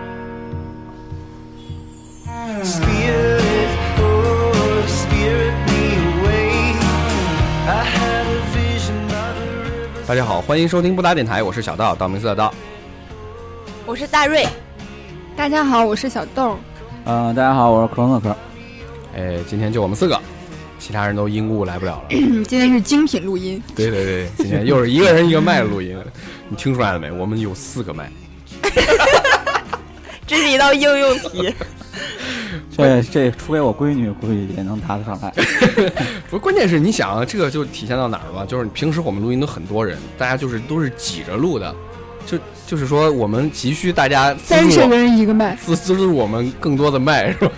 oh, 家好，欢迎收听布达电台，我是小道，道明寺的道。我是大瑞，大家好，我是小豆。嗯、大家好，我是可可可。哎，今天就我们四个，其他人都因故来不了了。嗯，今天是精品录音，对对对，今天又是一个人一个麦录音，你听出来了没？我们有四个麦。这是一道应用题。这这，除非我闺女，估计也能答得上来。 不是，关键是你想啊，这个就体现到哪儿了？就是平时我们录音都很多人，大家就是都是挤着录的，就就是说我们急需大家资三助十我们人一个麦。资资助我们更多的麦，是吧？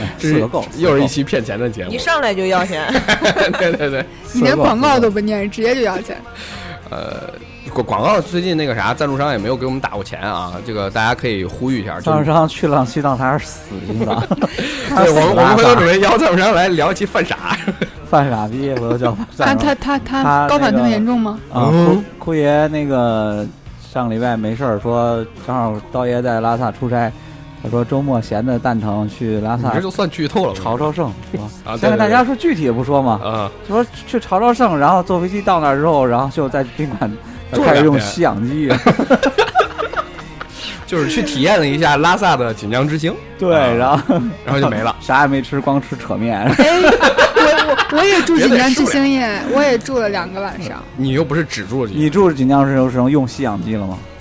哎这四是个够，又是一四期骗钱的节目一。上来就要钱， 哎对对对，你连广告都不念，直接就要钱。呃，广广告最近那个啥，赞助商也没有给我们打过钱啊，这个大家可以呼吁一下。个够。就张是志商去浪西浪，他是死心脏， 对 我们我们回头准备备邀赞助商来聊一期犯啊傻。 犯傻逼，我都叫他犯傻他他他他高反那特个别严重吗？啊！嗯库库爷那个上礼拜没事儿，说正好刀爷在拉萨出差，他说周末闲的蛋疼去拉你萨这就算剧透了，朝朝圣，是吧？啊！对但对是对大家说具体也不说嘛，啊，就说去朝朝圣，然后坐飞机到那儿之后，然后就在宾馆住开两始用天吸氧 机，就是去体验了一下拉萨的锦江之行，对，然 后然后就没了。啥也没吃，光吃扯面。 哎，我我我也住别锦得江数量之星夜，我也住了两个晚上，你又不是只住了你一，住锦江市有使用用吸氧机了 吗？啊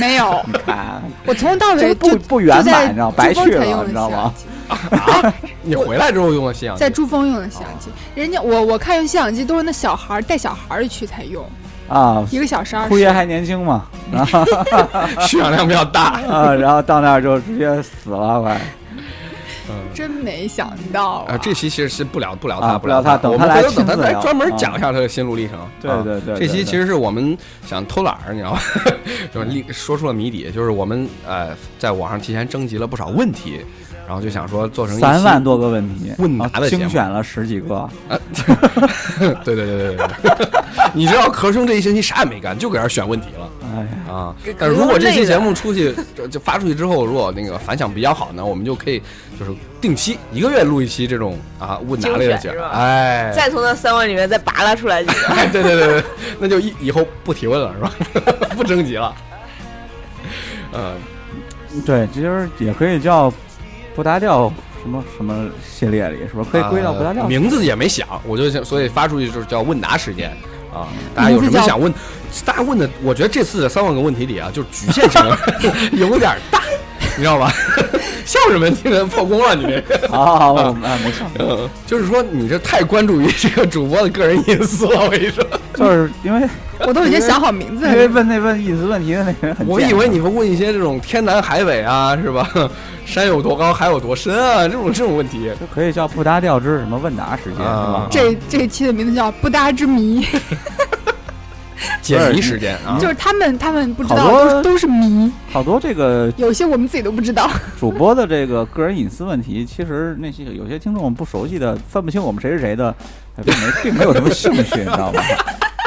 没有，你看，我从到这尾不就不圆就在满，你知道，白珠去峰才用了，了你知道吸氧吗？机？啊你回来之后用了信仰在珠峰用的吸氧哦机，人家我我看用吸氧机都是那小孩儿带小孩儿去才用，啊，一个小时二库十。爷还年轻嘛，然后。需氧量比较大啊，然后到那儿就直接死了，快嗯真没想到啊，这期其实是不聊不聊啊他，不聊聊他等我他们来回头等亲他自来聊专门啊讲一下他的心路历程。对啊对对对这期对其实是我们想偷懒儿，你知道吗？ 就是立说出了谜底，就是我们呃在网上提前征集了不少问题，然后就想说做成一期三万多个问题，问答的啊节目精选了十几个， 对对对对对对， 你知道壳兄这一星期啥也没干，就搁这儿选问题了哎呀，啊给。但是如果这期给我累节了目出去就就发出去之后，如果那个反响比较好呢，我们就可以就是定期一个月录一期这种啊问答类的精选节是目，吧哎，再从那三万里面再拔拉出来几个。哎， 对对对对，那就以以后不提问了是吧？ 不征集了。呃，对，其实也可以叫布达调什么什么系列里，是不是可以归到布达呃调？名字也没想，我就想，所以发出去就是叫问答时间啊。嗯大家名有字什么叫想问？大家问的，我觉得这次的三万个问题里啊，就是局限性 有点大，你知道吧？笑什么？你这破功了，你这个。啊，我啊没事， 嗯就是说，你这太关注于这个主播的个人隐私了。我跟你说，就是因为我都已经想好名字因为了。问那问隐私问题的那个人很，啊我以为。你会问一些这种天南海北啊，是吧？山有多高，海有多深啊，这种这种问题。就可以叫不搭调之什么问答时间，是啊吧？这这一期的名字叫“不搭之谜解谜时间啊”，就，是他们他们不知好道，多都是都是谜，好多这个有些我们自己都不知道。主播的这个个人隐私问题，其实那些有些听众不熟悉的，分不清我们谁是谁的，并没并没有什么兴趣，你知 道吗？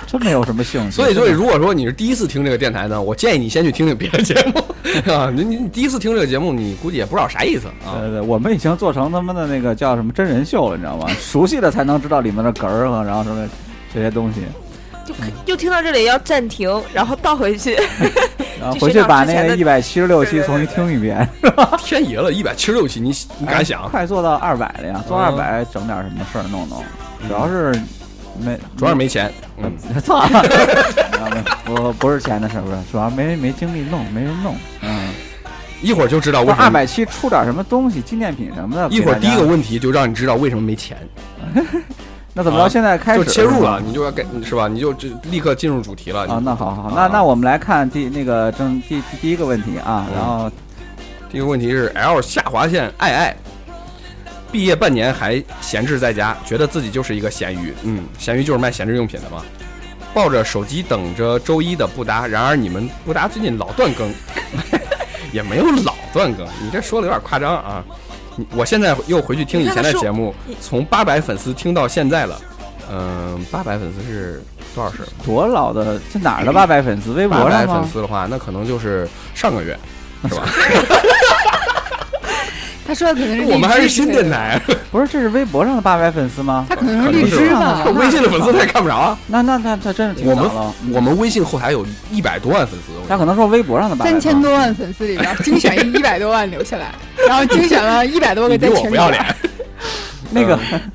真没有什么兴趣。所以，所以如果说你是第一次听这个电台呢，我建议你先去听听别的节目啊。你你你第一次听这个节目，你估计也不知道啥意思啊。对对，呃我们已经做成他们的那个叫什么真人秀了，你知道吗？熟悉的才能知道里面的哏儿啊和然后什么这些东西，就就听到这里要暂停，然后倒回去。 然后就回去寻找把之那 前个的一百七十六期对对对重新听一遍。天爷了，一百七十六期，你你敢想？快做到二百了呀，做二嗯百整点什么事儿弄弄，嗯主要是没主要是没钱，嗯，操！我 不是钱的事儿，不是，主要没没精力弄，没人弄。嗯，一会儿就知啊道为到什二么。百七出点什么东西，纪念品什么的。一会儿给第大一家个，问题就让你知道为什么没钱，那怎么着？啊现在开就始切入了，是吗你就要给是吧？你就就立刻进入主题了啊！那好好，啊那那我们来看第那个正第第第一个问题嗯啊，然后第一个问题是 L 下划线爱爱，毕业半年还闲置在家，觉得自己就是一个咸鱼。嗯，咸鱼就是卖闲置用品的嘛。抱着手机等着周一的不搭，然而你们不搭最近老断更， 也没有老断更，你这说的有点夸张啊。你我现在又回去听以前的节目，从八百粉丝听到现在了。嗯，八百粉丝是多少是？多老的这哪儿的八百粉丝？微八博百上粉吗？ 丝的话，那可能就是上个月，是吧？他说的可能是我们还是荔枝之新类电的，台，啊不是，这是微博上的八百粉丝吗？他可能可是能啊荔是枝吧吧 可。微信的粉丝他也看不着啊。那那他他真是 挺我早们了。我们微信后台有一百多万粉丝，他可能说微博上的八百三千多万粉丝里边，精选一一百多万留下来，然后精选了一百多你个比在我群不里要边。脸。那个嗯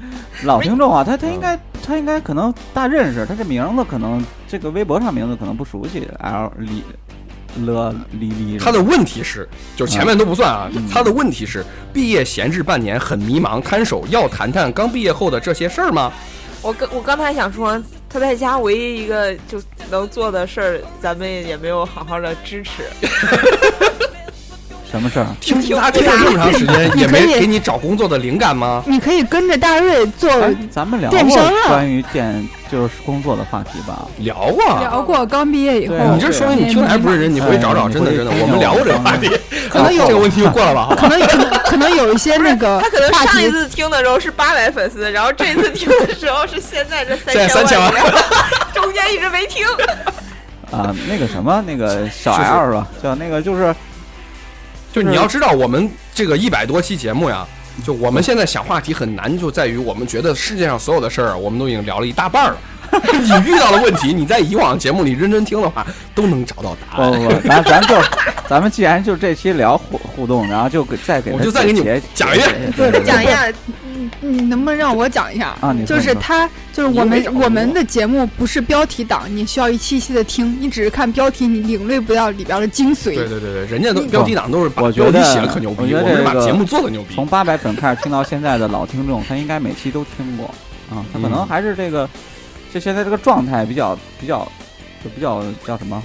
老听众啊，他他应该他应该可能大认识，他这名字可能这个微博上名字可能不熟悉，L 李了李 李，他的问题是，就是前面都不算啊嗯。他的问题是，毕业闲置半年，很迷茫，看守要谈谈刚毕业后的这些事儿吗？我刚我刚才想说，他在家唯一一个就能做的事儿，咱们也没有好好的支持。什么事儿？听听他听了这么长时间，你也没可以哎给你找工作的灵感吗？你可以跟着大瑞做呃啊哎，咱们聊电过商啊关于电就是工作的话题 吧。聊啊，聊过刚毕业以后对啊，你这说明你听的还不是哎人，你回去找找，真的真的，我们聊过这个话题，啊可能有这个问题就过了吧？好吧可能可 能可能有一些那啊个他可能话上一题，次听的时候是八百粉丝，然后这一次听的时候是现在这 现在三三千千万万人， 中间一直没听。啊，那个什么，那个小就是 L 是吧？叫那 个就是就你要知道，我们这个一百多期节目呀，就我们现在想话题很难，就在于我们觉得世界上所有的事儿，我们都已经聊了一大半儿了。 你遇到了问题，你在以往节目里认真听的话，都能找到答不案。不不，哦咱咱就咱们既然就这期聊互互动，然后就给再给我他就再给你解讲一遍解对对讲一下，你能不能让我讲一下啊你说就是你说他，就是我你又没找们过我们的节目不是标题党，你需要一期一期的听，你只是看标题，你领略不到里边的精髓。对对对对，人家都嗯标题党都是把我觉标得题写的可牛我逼，觉得我们是把这个节目做的牛逼。从八百粉开始听到现在的老听众，他应该每期都听过啊，他可能嗯还是这个，就现在这个状态比较比较就比较叫什么？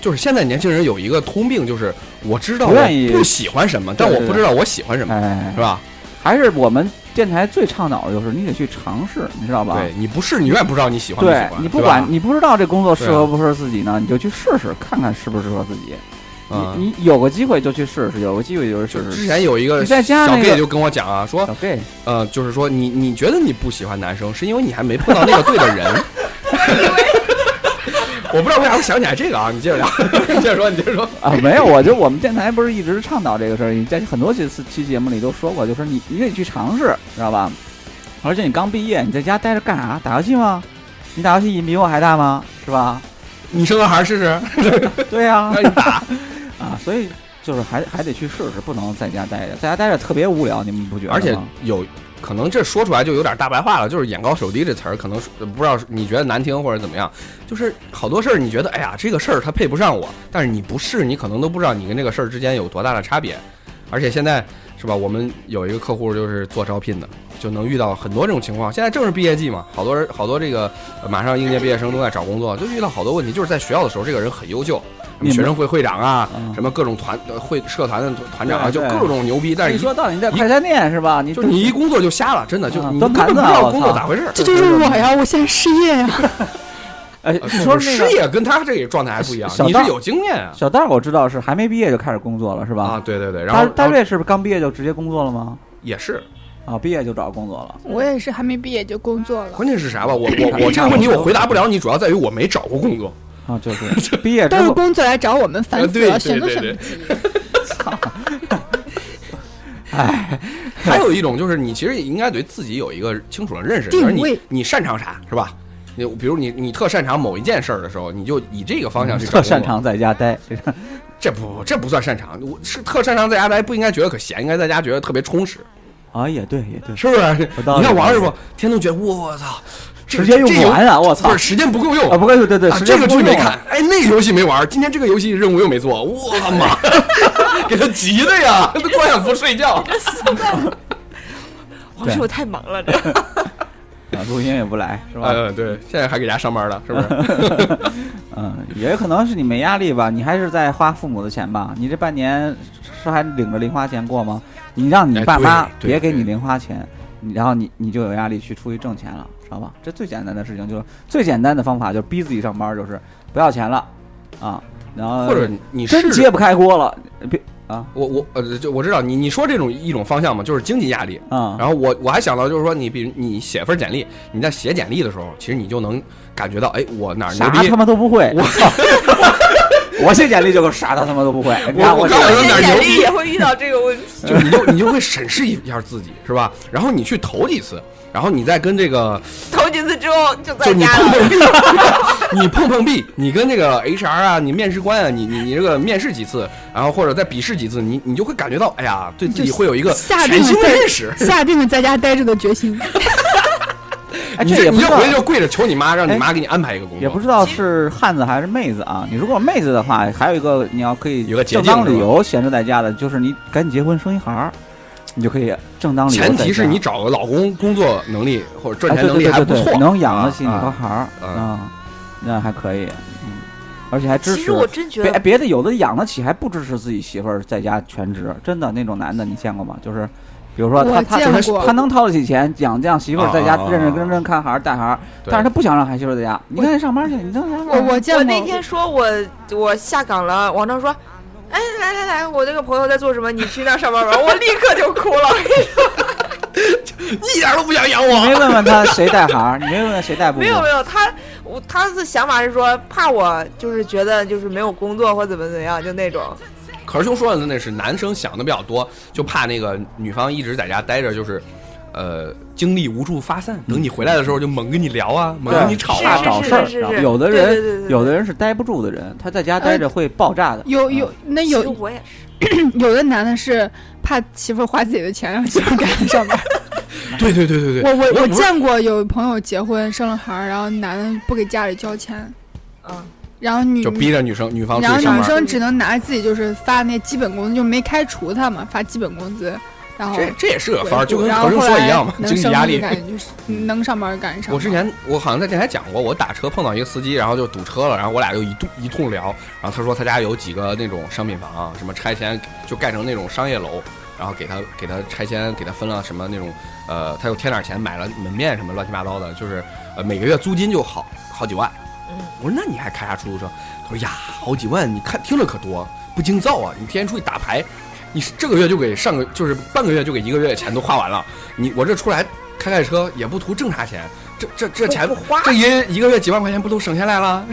就是现在年轻人有一个通病，就是我知道不我愿意不喜欢什么，但对我对不知对道我喜欢什么，哎是，吧？还是我们电台最倡导的就是你得去尝试，你知道吧？对你不是，你永远不知道你喜欢不喜对欢。你不对吧管你不知道这工作适对啊合不适合自己呢，你就去试试，看看适不适合自己。嗯你你有个机会就去试试，有个机会就是就试之试。前有一个你在家小那 gay 个就跟我讲啊，说小 gay，呃，就是说你你觉得你不喜欢男生，是因为你还没碰到那个对的人。 我不知道为啥会想起来这个啊，你接着聊， 你接着说，你接着说。啊，没有，我就我们电台不是一直倡导这个事儿，在很多几次期节目里都说过，就是你你得去尝试，知道吧？而且你刚毕业，你在家待着干啥？打游戏吗？你打游戏瘾比我还大吗？是吧？你生个孩儿试试，对 呀、让你打。 啊，所以就是还还得去试试，不能在家待着，在家待着特别无聊，你们不觉得吗？而且有可能这说出来就有点大白话了，就是“眼高手低”这词儿，可能是不知道是你觉得难听或者怎么样，就是好多事儿你觉得哎呀这个事儿它配不上我，但是你不试，你可能都不知道你跟这个事儿之间有多大的差别。而且现在是吧，我们有一个客户就是做招聘的，就能遇到很多这种情况。现在正是毕业季嘛，好多人好多这个呃马上应届毕业生都在找工作，就遇到好多问题，就是在学校的时候这个人很优秀，什你么们学生会会长啊，嗯什么各种团呃会社团的团长啊，就对对各种牛逼，但是一一说到你在快餐店是吧？你 就你一工作就瞎了，真的就啊你端根本不盘子知啊道我工作操咋回事儿。这就是我呀，我现在失业呀。哎，呃你说那失个业跟他这个状态还不一样，小你道是有经验啊小道，我知道是还没毕业就开始工作了是啊，吧？对对对，然大后大然后瑞是不是刚毕业就直接工作了吗？也是，啊，毕业就找工作了。我也是还没毕业就工作了，关键是啥吧？我 我我这个问题我回答不了你，主要在于我没找过工 作，啊，就是毕业之都是后，工作来找我们，呃烦死嗯对了，选都对选对不起。 哎还有一种就是你其实应该对自己有一个清楚的认识，定就是你位你擅长啥是吧？你比如你你特擅长某一件事儿的时候，你就以这个方向去找特工作擅，长在家待，这个这不这不算擅长，我是特擅长在家待，不应该觉得可闲，应该在家觉得特别充实。啊，也对，也对，是不是？有道理你看王师傅，天天觉得我操，这时间用这不游完啊！我操不是，时间不够用啊，不对对对，啊时这间个不剧够没用啊看，哎，那个游戏没玩，今天这个游戏任务又没做，我妈， 给他急的呀，他光想不睡 觉。我哦说我太忙了，这啊，录音也不来是吧？呃，对，现在还给家上班了，是不 是？嗯，也可能是你没压力吧，你还是在花父母的钱吧？你这半年是还领着零花钱过吗？你让你哎爸对妈对别给对你零花钱，你然后你你就有压力去出去挣钱了，知道吧？这最简单的事情就是最简单的方法就是逼自己上班，就是不要钱了啊，然后或者你真是揭不开锅了，别啊我我呃，就我知道你你说这种一种方向嘛，就是经济压力。啊然后我我还想到就是说，你比如你写份简历，你在写简历的时候，其实你就能感觉到，哎，我哪儿牛啥逼他，妈都不会，我 我写简历就啥都他妈都不会。你看我我告诉我你写哪牛简逼历也会遇到这个问题。就你就 你就会审视一下自己，是吧？然后你去投几次，然后你再跟这 个头几次之后就就在你家碰了。碰壁，你碰碰壁， 你跟那个 HR 啊，你面试官啊，你你你这个面试几次，然后或者再笔试几次，你你就会感觉到，哎呀，对自己会有一个下全定了新的认识。在下定了在家待着的决心。 哎，你这也不你知就道回去就跪着求你妈，让你哎妈给你安排一个工作。也不知道是汉子还是妹子啊。你如果妹子的话，还有一个你要可以有个捷正径当理由闲置在家的，就是你赶紧结婚生一孩儿，你就可以正当理由在前家。提是你找个老公工作能力或者赚哎钱对能力对还对不对错，对能养得起你啊和孩儿啊啊，那还可以，嗯，而且还支持。其实我真觉别得，别的有的养得起，还不支持自己媳妇儿在家全职，真的那种男的你见过吗？就是，比如说他我他见他过他能掏得起钱养这样媳妇儿在家啊啊啊认认真真看孩儿带孩儿，对但是他不想让孩媳妇儿在家。你看你上班去，你干啥玩意我儿？我见我过那天说我我下岗了，王正说。哎，来来来，我那个朋友在做什么？你去那儿上班吧。我立刻就哭 了。一点都不想养你我。没问问他谁带孩儿，你没问问 谁带不？没有没有，他我他的想法是说，怕我就是觉得就是没有工作或怎么怎么样，就那种。可是兄说的那是男生想的比较多，就怕那个女方一直在家待着，就是，呃，精力无处发散。等你回来的时候就猛跟你聊啊，猛跟你吵是啊怕是，找事儿是是然后是有的对对对对哎人对有的人是待不住的人，他在家待着会爆炸的。有啊有那其有实我也是，有的男的是怕媳妇儿花自己的钱，让媳妇 儿赶紧上班。对对对对对，我我我不是见过有朋友结婚生了孩儿，然后男的不给家里交钱，嗯，然后女就逼着女生女方然后出去上女班。生只能拿自己就是发那基本工资，就没开除他嘛，发基本工资，然后这这也是个维法儿，护就跟然何后生后说来一样嘛，能经济升压就力。嗯赶紧就是能上班儿赶紧上班。我之前我好像在电台讲过，我打车碰到一个司机，然后就堵车了，然后我俩就一通一通聊，然后他说他家有几个那种商品房，什么拆迁就盖成那种商业楼，然后给他给他拆迁，给他分了什么那种呃，他又添点钱买了门面什么乱七八糟的，就是呃每个月租金就好好几万。嗯我说那你还开啥出租车？他说呀，好几万，你看听着可多，不经造啊！你天天出去打牌，你是这个月就给上个就是半个月就给一个月的钱都花完了，你我这出来开开车也不图挣啥钱，这这这钱不花这一一个月几万块钱不都省下来了？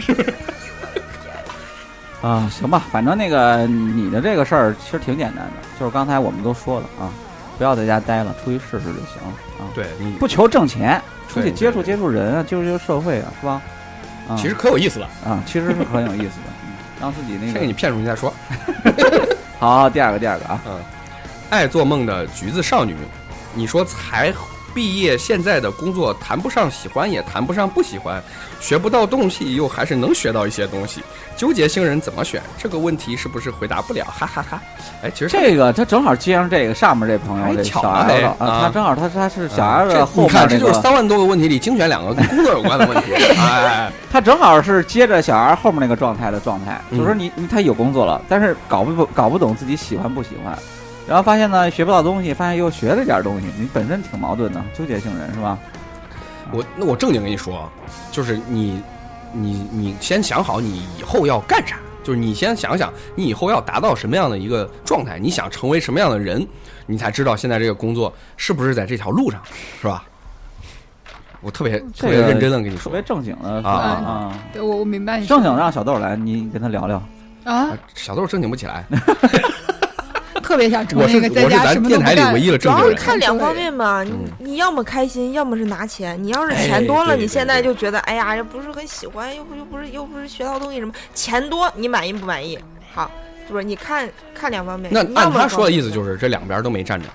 啊，行吧，反正那个你的这个事儿其实挺简单的，就是刚才我们都说了啊，不要在家待了，出去试试就行了啊。对你不求挣钱，出去对接触对接触人啊，接触接触社会啊，是吧？啊，其实可有意思了，啊，其实是很有意思的，嗯让自己那先给你个骗出去再说。好。第二个，第二个啊，爱做梦的橘子少女，你说才毕业，现在的工作谈不上喜欢，也谈不上不喜欢，学不到东西，又还是能学到一些东西。纠结星人怎么选这个问题，是不是回答不了？哈哈哈哎，其实这个他正好接上这个上面这朋哎友这巧小啊 L 哎的啊啊，他正好他他是小啊 L 这的后你面看，这这就是个，三万多个问题里精选两个跟工作有关的问 题。哎，他正好是接着小 L 后面那个状态的状态，嗯就说你你他有工作了，但是搞不搞不懂自己喜欢不喜欢，然后发现呢学不到东西，发现又学了点儿东西，你本身挺矛盾的，纠结性人是吧？我那我正经跟你说，啊，就是你，你你先想好你以后要干啥，就是你先想想你以后要达到什么样的一个状态，你想成为什么样的人，你才知道现在这个工作是不是在这条路上，是吧？我特别嗯特别这个认真的跟你特说别正经的啊啊对我我明白啊你正说经让小豆来，你跟他聊聊。啊啊，，小豆正经不起 来，特别想成我为是一个在我是家咱什么都电不台里干唯一的主要正经是人看两方周围。面嘛，你嗯你要么开心，要么是拿钱。你要是哎钱多了，对你现对在对就觉得哎呀，又不是很喜欢，又不又不是又不是学到东西什么。钱多，你满意不满意？好，是不是？你看看两方面。那你要按么他说的啊意思就是是这两边都没站着，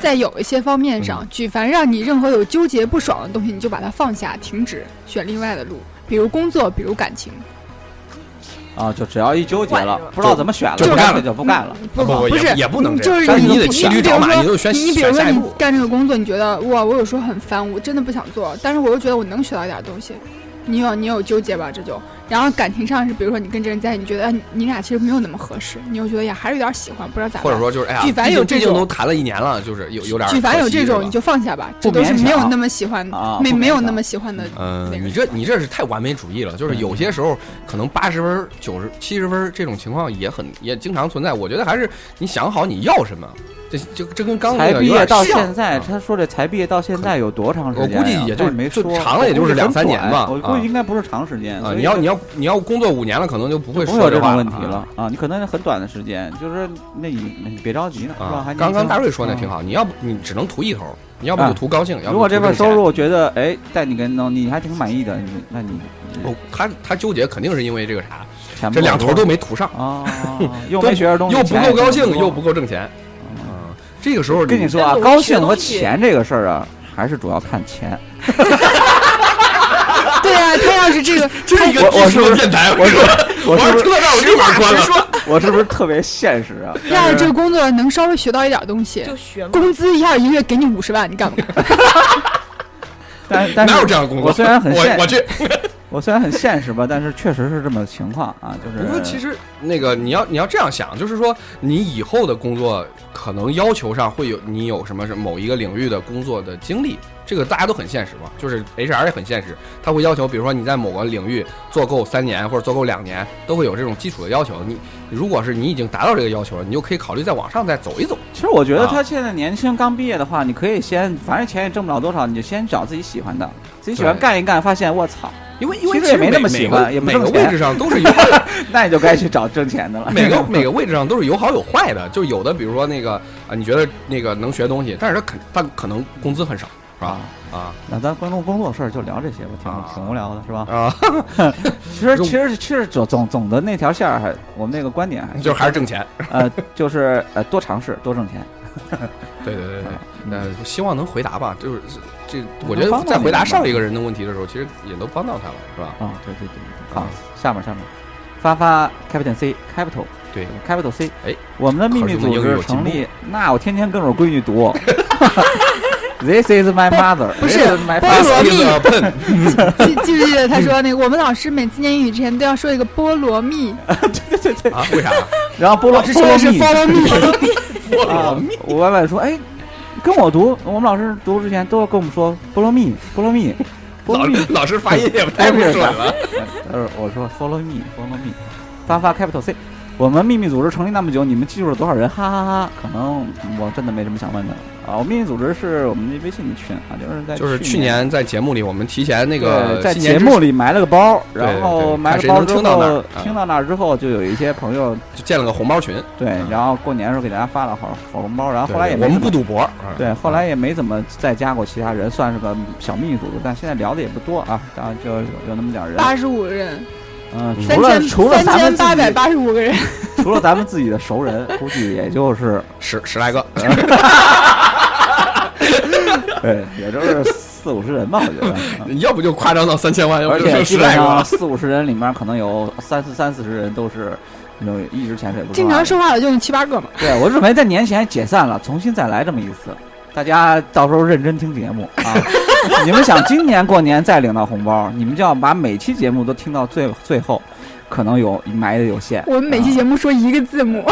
在有一些方面嗯上，举凡让你任何有纠结不爽的东西，你就把它放下，停止，选另外的路，比如工作，比如感情，啊，就只要一纠结了换一个，不知道怎么选了，就不干了就不干了。不啊不不不也是也不能你这样就是但是你你的得不骑驴你比找如马说你就选你比选如说下一你步干这个工作，你觉得哇，我有时候很烦，我真的不想做，但是我又觉得我能学到一点东西，你有你有纠结吧，这就。然后感情上是，比如说你跟这人在一起，你觉得哎你你俩其实没有那么合适，你又觉得呀还是有点喜欢，不知道咋办。或者说就是哎呀，举凡有毕竟这毕竟种都谈了一年了，就是有有点举凡有这可惜是吧种，你就放下吧，不这都是勉没有强那么喜欢，啊没不没勉有强那么喜欢的。嗯，那个你时这候你这是太完美主义了，就是对有些时候可能八十分、九十、七十分这种情况也很也经常存在。我觉得还是你想好你要什么，这这这跟刚才才那个毕有点业到像现在，啊他说这才毕业到现在有多长时我间呀？估计也就他没就说，长了也就是我估计两很三年短吧我估啊计应该不是长时间。啊，所以你要你要你要工作五年了，可能就不会不说会有这这话种问题啊了啊！你可能是很短的时间，就是那你你别着急呢，是吧？还啊。年刚刚轻大瑞说那嗯挺好，你要不你只能图一头，你要不啊就图高兴，要不如果就这图份挣钱收入觉得哎带你跟踪，你还挺满意的，你那你哦，他他纠结肯定是因为这个啥，钱这两头都都没图上， 啊，又没学着东西，又不钱也够高挣兴，多又不够挣钱。啊啊，这个时候跟你说啊，真的我高学兴和东西钱这个事儿啊，还是主要看 钱。 对啊，他要是这个，这是一个我低我是俗不的是电台，我是说，我我是要是不是听到这儿我就把它关了。我是不是特别现实 啊？要是这个工作能稍微学到一点东西，就学嘛。工资一下一个月给你五十万，你干 不干？但但是哪有这样的工作？我虽然很我现我去，我虽然很现实吧，但是确实是这么情况啊，就不是是，其实那个你要你要这样想，就是说你以后的工作可能要求上会有你有什么是某一个领域的工作的经历，这个大家都很现实嘛，就是 HR 也很现实，他会要求，比如说你在某个领域做够三年或者做够两年，都会有这种基础的要求。你如果是你已经达到这个要求了，你就可以考虑再往上再走一走。其实我觉得啊他现在年轻刚毕业的话，你可以先，反正钱也挣不了多少，你就先找自己喜欢的，自己喜欢对干一干，发现我操，因为因为其实也没每那么每喜个欢也不每个挣位钱置上都是有那你就该去找挣钱的 了。每个每个位置上都是有好有坏的，就有的比如说那个啊，你觉得那个能学东西，但是他肯他可能工资很少，是吧啊？，啊那咱关注工作事儿就聊这些吧，挺啊挺无聊的是吧？啊，其实用其实其实总总总的那条线儿还，我们那个观点还啊 就是还是挣钱。呃就是呃多尝试多挣钱。对对对对，嗯，呃，希望能回答吧。就是这，能我觉得帮到在回答你们上吧一个人的问题的时候，其实也能帮到他了，是吧？啊对对对对，好啊，下面下面，发发 Capital C Capital 对 Capital C，哎，我们的秘密考试我们组英语有织进步成立，那我天天跟着我闺女读。This is my mother，不是 This is my 菠萝 father 意蜜思笨， 记记不记得他说那个，我们老师每次念英语之前都要说一个菠萝蜜， 对对对，啊？为啥？然后菠萝老师说的是 follow me，菠萝啊蜜，我外外说，哎，跟我读，我们老师读之前都要跟我们说菠萝蜜，菠 萝蜜，菠萝老蜜。老师发音也太不准 了。呃，我说 follow me，follow me，发发 capital C。我们秘密组织成立那么久，你们记住了多少人？哈哈哈可能我真的没什么想问的啊。我秘密组织是我们的微信群啊，就是在就是去去年在节目里，我们提前那那个在新年节之目里埋了个包，对对然后对埋看了谁包能之听到那儿后啊，听到那儿之后，就有一些朋友就建了个红包群，对啊，然后过年的时候给大家发了好好红包，然后后来也对没我们怎么不赌博，啊对，后来也没怎么再加过其他人，算是个小秘密组织，但现在聊的也不多啊，当然就有有那么点儿人。八十五人，嗯，三除了千除了咱三们千八百自己，八十五个人， 除了咱们自己的熟人，估计也就是呃十十来个， 对，也就是四五十人吧，我觉得。啊要不就夸张到三千万，要不而就剩且基十本来个上了。四五十人里面，可能有三四三四十人都是那种一直潜水不经常说说话话的就那七八个嘛。的。对，我认为在年前解散了，重新再来这么一次。大家到时候认真听节目啊！ 你们想今年过年再领到红包，你们就要把每期节目都听到最最后，可能有埋的有限。我们每期啊节目说一个字 母，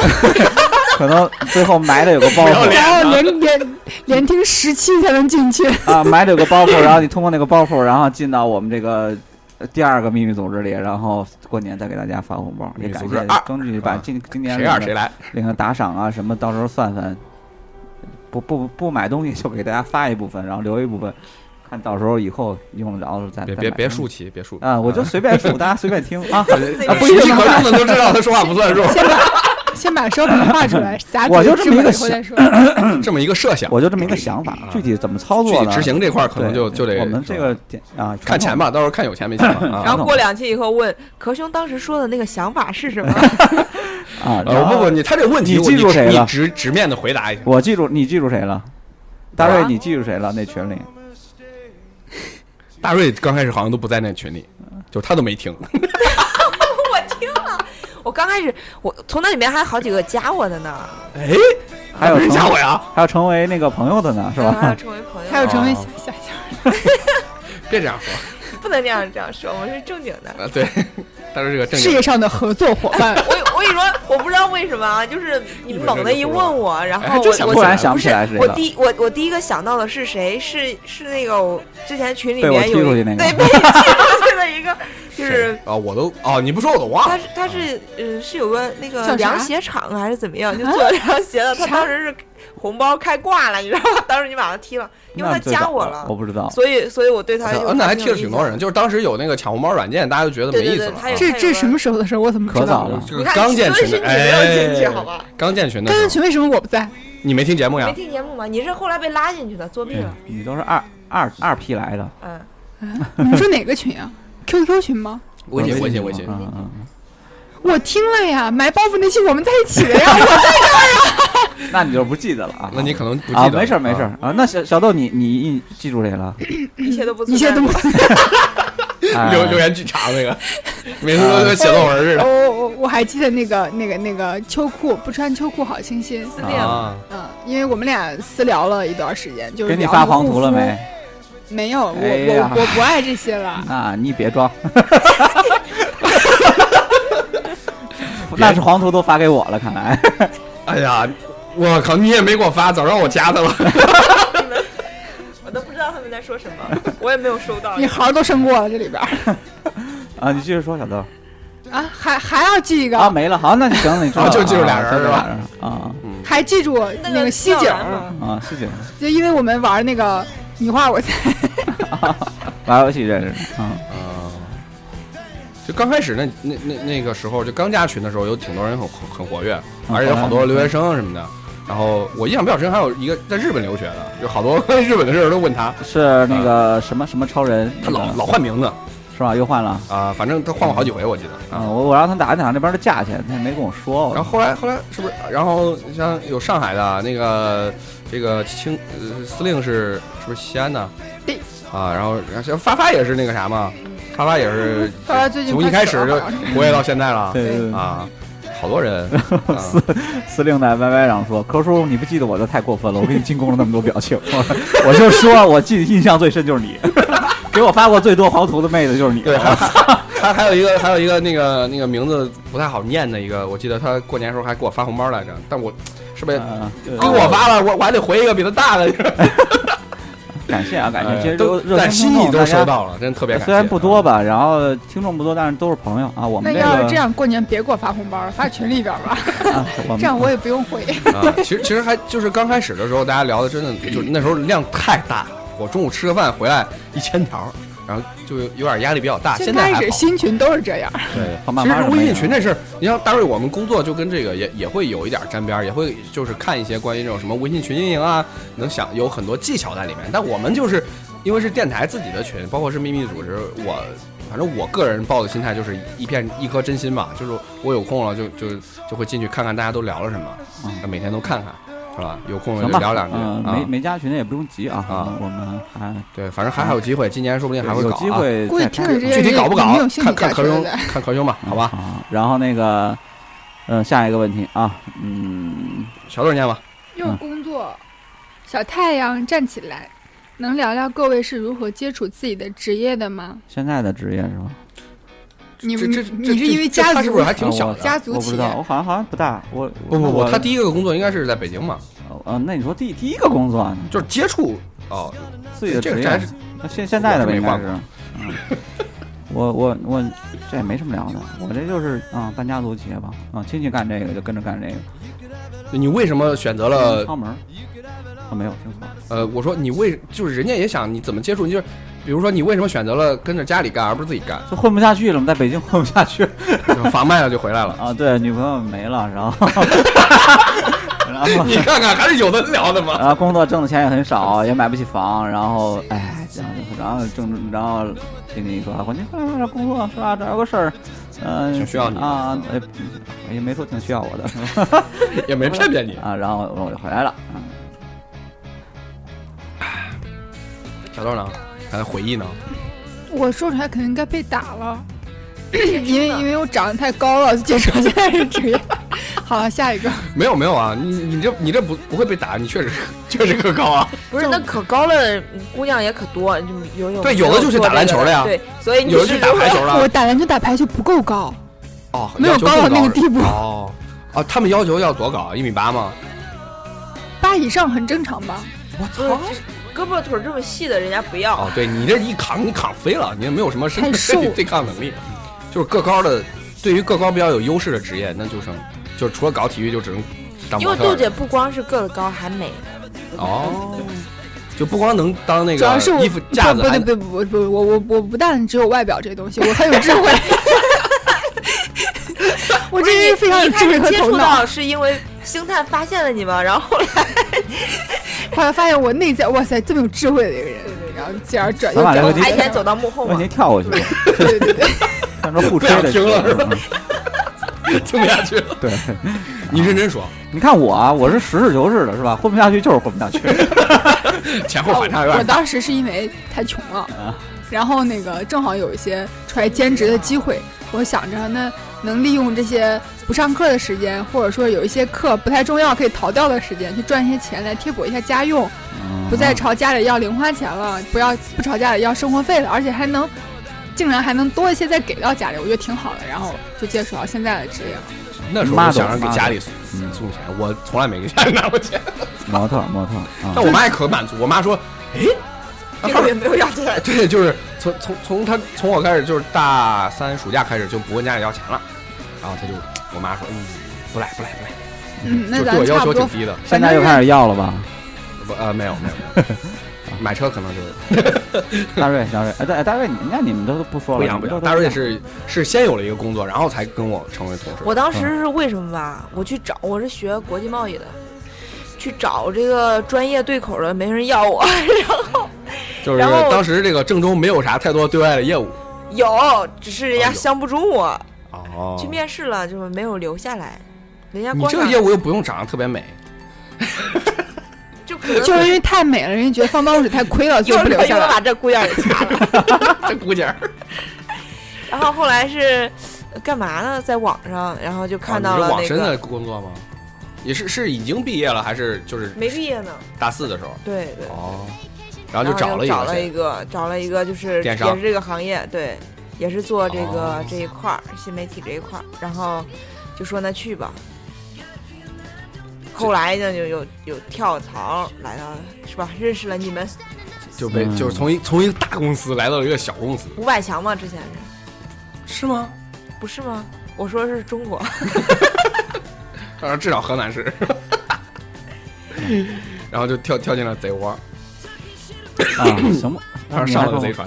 可能最后埋的有个包不要袱。脸然后连连连听十期才能进去。 啊，埋着有个包袱，然后你通过那个包袱，然后进到我们这个呃第二个秘密组织里，然后过年再给大家发红包，秘也密感组织谢二争取把啊今今年谁二谁来，领个打赏啊什么，到时候算算，不不不买东西就给大家发一部分，然后留一部分，看到时候以后用得着的时候再别再别买别东西竖起，别竖。啊，我就随便数，大家随便听啊 啊，啊不不一一定定可用的都知道他说话不算数，先把先把烧饼画出 来，撒我就纸这么一个以后再说。这么一个设想。我就这么一个想法啊，具体怎么操具作体呢？执行这块儿可能对就就得我们这个点啊，看传统钱吧，到时候看有钱没钱吧。然啊，后过两期以后问壳兄当时说的那个想法是 什么？啊，呃，不不，你他这个问题你记住谁你了直直面的回答一下。我记住你记住谁了？大瑞，啊你记住谁了？那群里大瑞刚开始好像都不在那群里，就是他都没听。我听了，我刚开始我从那里面还有好几个加我的呢， 哎，还有人成加我呀？还要成为那个朋友的呢，是然后还 要吧？成为朋友，还有成为哦下下下，别这样说，不能这样这样说，我们是正经的。 呃，对，大瑞这个正事经业上的合作伙伴。我 我跟你说，我不知道为什么啊，就是你猛的一问我，然哎还后真我想我不突起来然想不不是起来谁我了。第一我我第一个想到的是谁？是是那个我之前群里被我面踢有出一去那个对被踢出去的一个就是啊，我都哦，你不说我都忘他了。是他是呃是有个那叫啥个凉鞋厂啊还是怎么样，就做凉鞋的。他当时是红包开挂了，你知道吗？ 当时你把他踢了，因为他那最早加我了，我了，不知道。所以所以我对他就嗯，那还踢了挺多人，就是当时有那个抢红包软件，大家就觉得对没对意思对了啊。他也这这什么时候的事儿？我怎么知可早道？了，就你是看刚建群所以的，是你没有进去哎好吧？刚建群的刚时进候，群为什么我 不在？你没听节目没呀？听节目吗？你是后来被拉进去的，作弊对了。你都是二二二批来的，嗯，你们说哪个群啊？QQ 群吗？微信，微信，微微信。嗯嗯我听了呀，买包袱那期我们在一起的 呀。嗯，那你就不记得了啊？那你可能不记啊，得了。没事儿没事儿啊。那小小豆，你你你记住这个 了？嗯一切都不存一切在都不过。 啊，哎 留留言巨长那个，每次都跟写论文似哦，的。我我还记得那个那个那个秋裤，不穿秋裤好清新。自恋了，啊，嗯，因为我们俩私聊了一段时间，就是给你聊发那个黄护图了肤没？？没有，我哎呀我我不爱这些 了。那啊你别 装，那是黄图都发给我了，看 来哎呀，我靠，你也没给我发，早让我加他了。 我都不知道他们在说什么，我也没有收到。你孩儿都生过了这 里边儿啊，你继续说小豆啊，还还要记一个，啊，没了，好，那你行，那你知道啊 了就记住俩人啊就儿是吧俩人儿啊还记住那那个西吊景儿，篮嘛嗯啊，是这样，就因为我们玩 那个你画我猜，玩游戏认识的啊，啊，就刚开始那那那那个时候，就刚加群的时候，有挺多人很很活跃，嗯而且有好多留学生什么的。然后我印象比较深，还有一个在日本留学的，有好多 关于日本的事儿都问他，是那个什么什么超人，啊他老那个老换名字是吧？又换了啊，反正他换过好几回，我记得啊，啊。我我让他打听打听那边的价钱，他也没跟我说，哦然后后来后来是不是？然后像有上海的那个这个清呃司令是是不是西安的？对啊，然后然后像发发也是那个啥嘛，发发也是发发最近从一快开死始了就 好像活跃到现在了 对对对，啊，好多 人。啊司司令在 YY 上说：“柯叔，你不记得我就太过分了，我给你进攻了那么多表情， 我就说我记印象最深就是你， 给我发过最多黄图的妹子就是你。”对，还还还有一个还有一个那个那个名字不太好念的一个，我记得他过年时候还给我发红包来着，但我是不是啊对给我发了，我我还得回一个比他大的。感谢啊，感谢，哎其实都热热但心心听意众都大家收到了，真的特别感谢。啊虽然不多吧，然后听众不多，但是都是朋友啊。我那们要是这 个，样过年别给我发红包了，发群里边儿吧，啊我们这样我也不用回。啊，其实其实还就是刚开始的时候，大家聊的真的就是那时候量太大了，我中午吃个饭回来一千条，然后就有点压力比较大。现在还开好始。新群都是这样，对，好慢其慢实就微没信了群这事儿，你像大瑞，我们工作就跟这个也也会有一点沾边儿，也会就是看一些关于这种什么微信群运营啊，能想有很多技巧在里面。但我们就是因为是电台自己的群，包括是秘密组织，我反正我个人抱的心态就是一片一颗真心吧，就是我有空了就就就会进去看看大家都聊了什么，嗯每天都看看，是吧？有空了行就吧，聊两句嗯，啊没。没加群的也不用急啊，啊我们还对，反正还还有机会，今年说不定还会有搞机啊。会估计再听开了这些具体人搞不也搞没有，兴趣看看加壳群兄的。，看壳兄吧，好吧。啊然后那个，嗯，下一个问题啊，嗯，小豆儿念吧。又是工作，小太阳站起来，能聊聊各位是如何接触自己的职业的吗？现在的职业是吧？你这们这这你是这因为这家他是不族是还挺啊小我的？家族我不企知道，业我好像好像不大，我不不不，他第一一个工作应该是在北京嘛，呃，那你说第第一个工作啊就是接触哦，自己的这个职还业是，那现现在的吧我是应没该换是过。嗯我我我这也没什么聊的，我这就是啊半家族企业吧，啊亲戚干这个就跟着干这个，你为什么选择了？敲门儿，啊没有听错，呃，我说你为就是人家也想你怎么接触，你就是比如说你为什么选择了跟着家里干而不是自己干？就混不下去了，我们在北京混不下去了就房卖了就回来 了，啊，对，女朋友没了，然后然后你看看还是有的聊的嘛。然后工作挣的钱也很少，也买不起房，然后哎，这样就然后挣，然后听你说，我你快点工作是吧？找个事儿，嗯、挺需要你的啊，哎，也没说挺需要我的也没骗骗你。啊，然后我就回来了，啊小豆呢？还在回忆呢？我说出来肯定应该被打了，因为因为我长得太高了，接触现在是职业。好了，下一个没有没有啊，你你这你这不不会被打，你确实确实个高啊。不是那可高了，姑娘也可多，就有有对有的就是打篮球的呀对，所以你有人是去打如何排球我了，打篮球打排球不够高，哦，没有要求高到更那个地步哦。啊，他们啊要求要多高？一米八吗？八以上很正常吧？我不是，胳膊腿儿这么细的人家不要。哦，对你这一扛，你扛飞了，你也没有什么身太身体瘦对抗能力。就是个高的，对于个高比较有优势的职业，那就剩就是除了搞体育，就只能当因为啊模杜特姐儿。不光是个子高，还美。哦，就不光能当那主个要是我衣服架子，不还不不不不，我我我不但只有外表这个东西，我还有智慧。我不这是你人是非常有你智开慧始和接头触脑。到是因为星探发现了你吗？然后后来后来发现我内在，哇塞，这么有智慧的一个人，然后进而转又咱把这个转到地还财先前走到幕后问 题嘛。跳过去，对对 对，看着互吹的不想听了是吧嗯 听不下去了。对，你认真说，哦你看我啊，我是实事求是的，是吧？混不下去就是混不下去。前后反差有我点大。当时是因为太穷了，啊然后那个正好有一些出来兼职的机会，我想着那能利用这些不上课的时间，或者说有一些课不太重要可以逃掉的时间，去赚一些钱来贴补一下家用，嗯不再朝家里要零花钱了，不要不朝家里要生活费了，而且还能，竟然还能多一些再给到家里，我觉得挺好的。然后就接触到现在的职业了，那时候我想让给家里嗯送钱，我从来没给家里拿过钱。模特模特啊但，我妈也可满足，我妈说，哎，这个也没有要 钱，对，就是从从从他从我开始，就是大三暑假开始就不问家里要钱了，然后他就我妈说，嗯，不赖不赖不赖，嗯，那就对我咱要差求不挺多，低的，现在又开始要了吧？不呃没有没有没有，买车可 能就 大瑞大瑞，哎大哎大瑞，你看你们都不说了，不一样你不们一都样。大瑞是是先有了一个工作，然后才跟我成为同事。 我当时是为什么吧？我去找，我是学国际贸易的，去找这个专业对口的，没人要我。 就是然后当时这个郑州没有啥太多对外的业务。有，只是人哦家有降不住我，哦去面试了，就是没有留下来。人家你光这个想业务又不用长得特别美，就可能就是因为太美了，人家觉得放办公室太亏了，一所会儿以不留可以 下来。把这姑娘给掐了。啊这姑姐儿然后后来是呃干嘛呢？在网上，然后就看到哦了你那是往深个的工作吗？也是是已经毕业了，还是就是没毕业呢，大四的时候？对对。哦，然后就找了一找个了一谁，个，找了一个，就是也电商是这个行业，对，也是做这个、哦这一块儿新媒体这一块儿，然后就说那去吧。后来呢，就有有跳槽来到是吧？认识了你们就被嗯就是从一从一个大公司来到了一个小公司，五百强吗？之前是是吗？不是吗？我说是中国，当呃然至少河南是， 然后就跳跳进了贼窝，啊， 行吧，然后你上还了个说贼船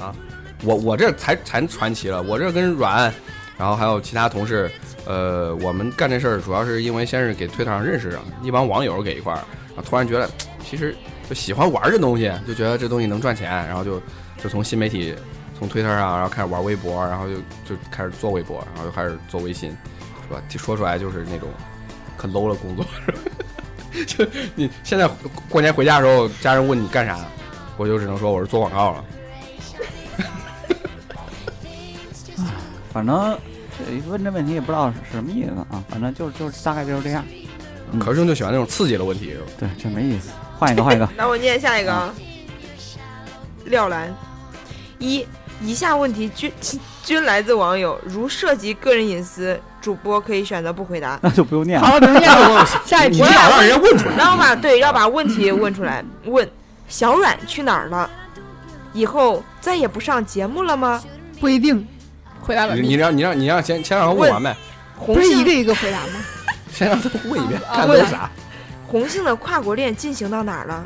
啊！我我这才才传奇了，我这跟阮，然后还有其他同事，呃，我们干这事儿主要是因为先是给推特上认识上一帮网友给一块儿，然后突然觉得其实就喜欢玩这东西，就觉得这东西能赚钱，然后就就从新媒体从推特上，然后开始玩微博，然后就就开始做微博，然后就开始做微信，是吧？说出来就是那种很 low 的工作。 就你现在过年回家的时候，家人问你干啥，我就只能说我是做广告了。反正这问这问题也不知道是什么意思啊，反正就是就是大概就是这样。嗯可是兄就喜欢那种刺激的问 题，是吧对，这没意思，换一个换一个。 那我念下一个啊。廖兰，一以下问题均均来自网友，如涉及个人隐私，主播可以选择不回答。那就不用念了。好了，不用念了，下一你题至。啊少让人家问出来。然后把对，要把问题问出来。问小阮去哪儿了？以后再也不上节目了吗？不一定，回 答完你你毕。让你让你让先先让他问完呗，红不是一个杏一个回答吗？先让他问一遍，啊看都是啥。红杏的跨国恋进行到哪儿了？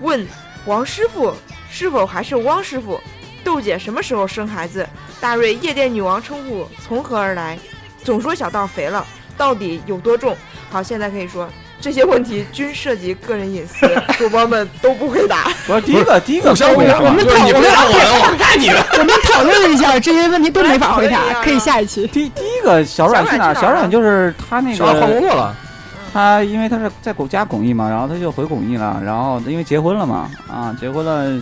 问王师傅是否还是汪师傅？豆姐什么时候生孩子？大瑞夜店女王称呼从何而来？总说小道肥了，到底有多重？好，现在可以说这些问题均涉及个人隐 私，主播们都不回答。不是第一个第一个互相回答吧，我们就是你讨回答我我的，们我看你的。 我们 讨论了一下，这些问题都没法回本来讨论一下答，啊可以下一期。第第一个小阮去哪儿？啊小小阮阮就是他那小孩换个工作了，他，因为他是在国家巩义嘛，然后他就回巩义了，然后因为结婚了嘛，啊，结婚了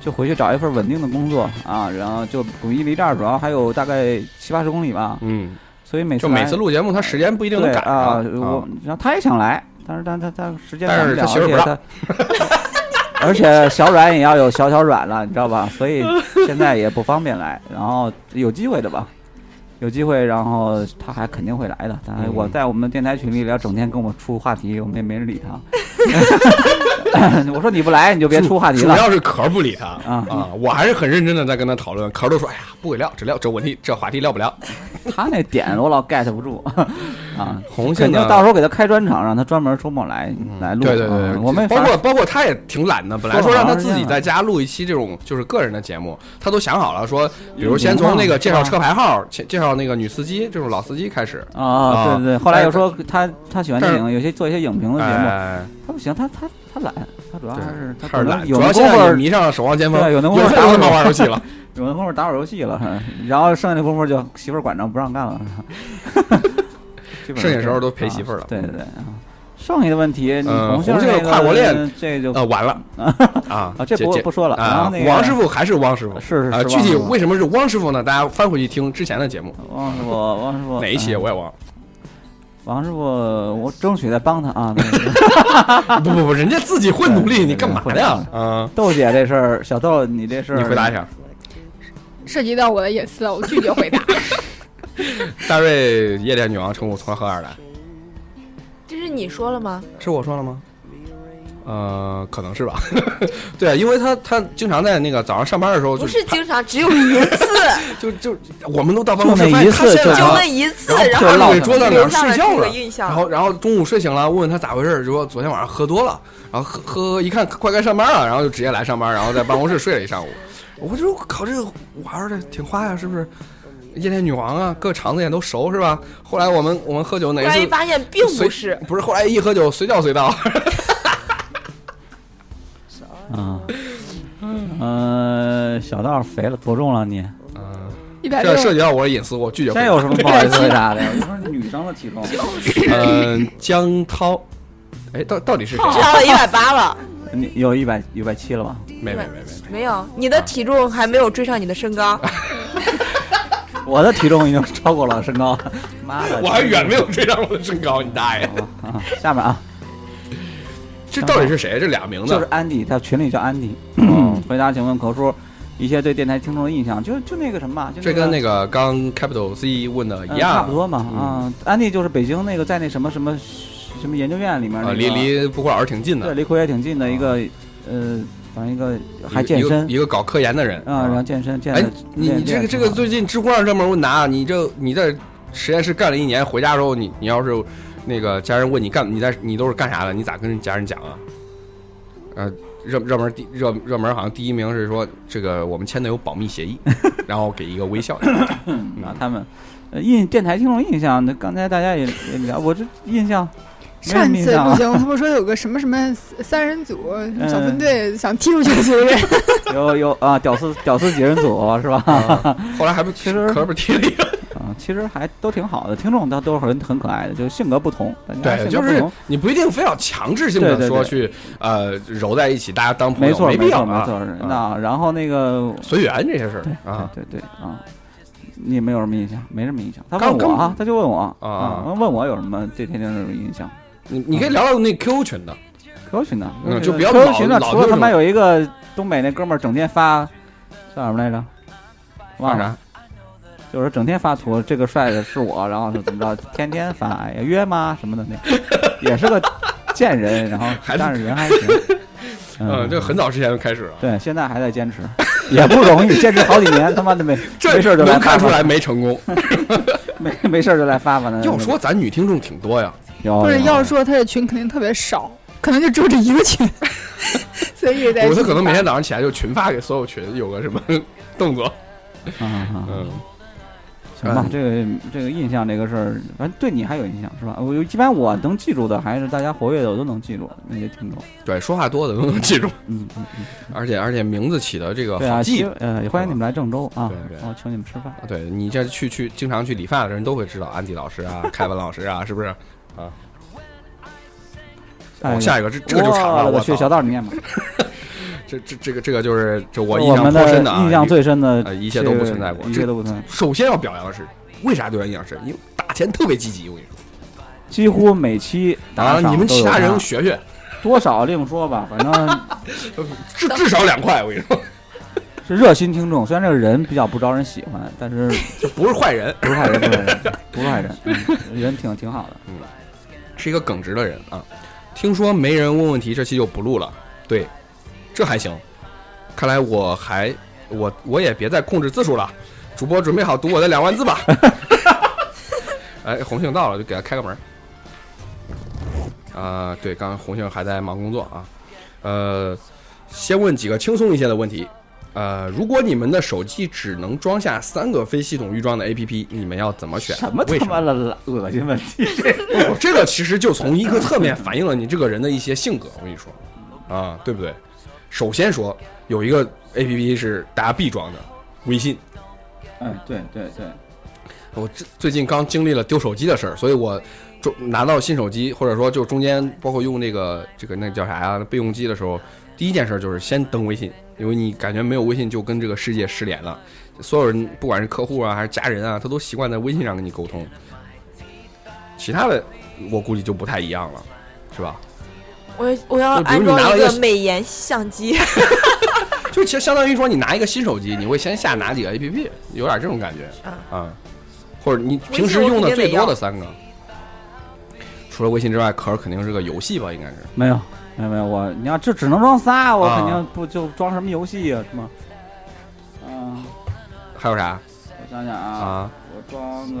就回去找一份稳定的工作啊，然后就巩义离这儿主要还有大概七八十公里吧，嗯，所以每次就每来次录节目，他时间不一定能对赶啊，上。我然后他也想来，但是但他他时间但赶是了，他媳妇儿而且不他。 而且小阮也要有小小阮了，你知道吧？所以现在也不方便来，然后有机会的吧，有机会，然后他还肯定会来的。但是嗯我在我们电台群里聊，整天跟我出话题，我们也没人理他。 我说你不来你就别出话题主了要是壳儿不理他啊啊，我还是很认真的在跟他讨论，壳儿都说，哎呀，不给聊，只聊这问题，这话题聊不了。他那点我老 get 不住啊。红肯线定呢？嗯到时候给他开专场，让他专门周末来来录。对对对对啊，我们包反括包括他也挺懒的，本来说让他自己在家录一期这种就是个人的节目，他都想好了，说比如先从那个介绍车牌号、介介绍那个女司机这种老司机开始。啊啊，对对对，后来又说他他喜欢电但影，有些做一些影评的节目，哎，他不行，他他他懒，他主要还是他开可始能懒，有主的要功现夫在儿也迷上了守望先锋，对有有能空功夫打就会能儿玩游戏 了。有的功夫打会儿游戏了，然后剩下的功夫就媳妇儿管着不让干了， 基本上剩下时候都陪媳妇儿了嗯啊对对对啊，剩下的问题，你呃红杏儿红杏儿那个跨国恋，这就呃，完了啊 啊这不姐姐不说了然后啊那，个王师傅还是汪师傅。是是啊，是具体忘了为什么是汪师傅呢？大家翻回去听之前的节目，王师傅，王师傅哪一期啊我也 忘了。王师傅，我争取再帮他啊。那个不不不，人家自己会努力，对你干嘛呀对？嗯，豆姐这事儿，小豆你这事儿，你回答一下。涉及到我的隐私了，我拒绝 回答。大瑞夜店女王称呼从何而来？这是你说了吗？是我说了吗？呃，可能是吧。 对，啊因为他他经常在那个早上上班的时候就不是经常，只有一 次，就就我们都到办公室就那发现一他次先就就来了那一次，啊然然后后趴落着下桌子了那留儿下睡了觉这个了。印象。然后，然后中午睡醒了，问问他咋回事，说昨天晚上喝多了，然后喝喝一看快该上班了，然后就直接来上班，然后在办公室睡了一上午。我就靠，这个玩的挺花呀，是不是？夜店女王啊，各肠子也都熟是吧？后来我们我们喝酒哪突一然次发现并随不是，不是，后来一喝酒随叫随 到。啊。呃，小道肥了，多重了你？嗯，一百这六涉及到我的隐私，我拒绝回这答。有什么不好意思回答的呀？我说女生的体重， 嗯、江涛，哎，到到底是谁？至少一百八了。 你有一百一百七了吧？没没没没没有，你的体重还没有追上你的身高。我的体重已经超过了身高。妈的，没，我还远 没有追上我的身高，你大爷！啊。 下面啊，这到底是谁？这俩名字就是安迪，他群里叫安迪。嗯 回答，请问口叔一些对电台听众的印象，就就那个什么嘛，就这跟那那个个刚 Capital C 问的一嗯差样。不多嘛嗯啊。安迪就是北京那个在那什么什么什么研究院里面那啊，个，离离布库老师挺近对的，啊离科学挺近的一个呃，反正一个还健一个身一个搞科研的人啊，然后健身健哎的。，你你练这个练这个挺好最近知乎上热门问答，你这你在实验室干了一年，回家之后你你要是那个家人问你干你在你都是干啥的，你咋跟家人讲啊？呃，热热门第热热门好像第一名是说这个我们签的有保密协 议，然后给一个微笑。啊，他们。呃印电台听众印象，那刚才大家也也聊，我这印象没上什么一印次象不啊， 行，他们说有个什么什么三人组、什嗯么小分队，想踢出去的几个人，有有啊，屌丝屌丝几人组是吧？啊 后来还不其实可不是贴了一个，啊，其实还都挺好的，听众他都很很可爱的，就是性格不同，大家性格就不是同你不一定非要强制性对的对说对去呃揉在一起，大家当朋没友，错必没要错没啊，错。那然后那个随缘这些事儿啊。对对对啊，你没有什么印象？没什么印象。他刚问我啊，他就问我啊问我有什么对天津有什么印象你你嗯可以聊聊那 QQ 群的， ？QQ 群呢嗯就不要，QQ 老群呢，老除了那他妈种有一个东北那哥们儿整天发叫什么来着？发忘了啥，？就是整天发图，这个帅的是我，然后是怎么着，天天发，哎呀约吗什么的那个，也是个贱人，然后 还是但是人还行，嗯，这很早之前就开始了。对，现在还在坚持，也不容易，坚持好几年，他妈的没这没事儿就来嗯能发看出发，来没成 功。没没事儿就来发发呢。要说咱女听众挺多呀，有，或者哦有啊要说他的群肯定特别少，可能就只有这一个群， 所以一直在我他群可能每发天早上起来就群发给所有群有个什么 动作，啊啊，啊嗯，行吧嗯，这个这个印象这个事儿，反正对你还有印象是吧？我一般我能记住的还是大家活跃的，我都能记住那些听众。对，说话多的都能记住，嗯嗯嗯，而且而且名字起的这个对好啊，希记，呃，也欢迎你们来郑州啊对对，我请你们吃饭。对你这去去经常去理发的人都会知道安迪老师啊、凯文老师啊，是不是？哎呀往下一个，这这个就长了，我我去操小，道你念吧。这这这个这个就是这我我印象们颇深的啊，印象最深的呃一切都不存在过这个一切都不 存在。首先要表扬的是，为啥对他印象深？因为打钱特别积极，我跟你说。几乎每期当打然，赏你们都有啊其他他人学学，多少另说吧，反 正至至少两块，我跟你说，是热心听众。虽然这个人比较不招人喜欢，但是这不是坏人， 不是 坏人，不是坏人，不是坏人，嗯人挺挺好的。是一个耿直的人啊。听说没人问问题，这期就不录了。对，这还行。看来我还我我也别再控制字数了。主播准备好读我的两万字吧。 哎，红杏到了，就给他开个门。啊、对，刚刚红杏还在忙工作啊。呃，先问几个轻松一些的问题。呃，如果你们的手机只能装下三个非系统预装的 APP，你们要怎么选？什么为他妈么？的恶心问题？哦这个其实就从一个侧面反映了你这个人的一些性格。我跟你说，啊，对不对？首先说，有一个 A P P 是大家必装的，微信。嗯，对对对，我这最近刚经历了丢手机的事儿，所以我中拿到新手机，或者说就中间包括用这个这个那个叫啥呀、备用机的时候，第一件事就是先登微信，因为你感觉没有微信就跟这个世界失联了。所有人不管是客户啊还是家人啊，他都习惯在微信上跟你沟通。其他的我估计就不太一样了，是吧？我我要就比如安你装拿了一一个个美颜相机，就其实相当于说，你拿一个新手机，你会先下哪几个 APP？有点这种感觉啊啊，或者你平时用的最多的三个，除了微信之外，壳儿肯定是个游戏吧，应该是。没有没有没有，我你要这只能装仨，我啊肯定不就装什么游戏啊，是吗？嗯，还有啥我想想啊，啊？我装个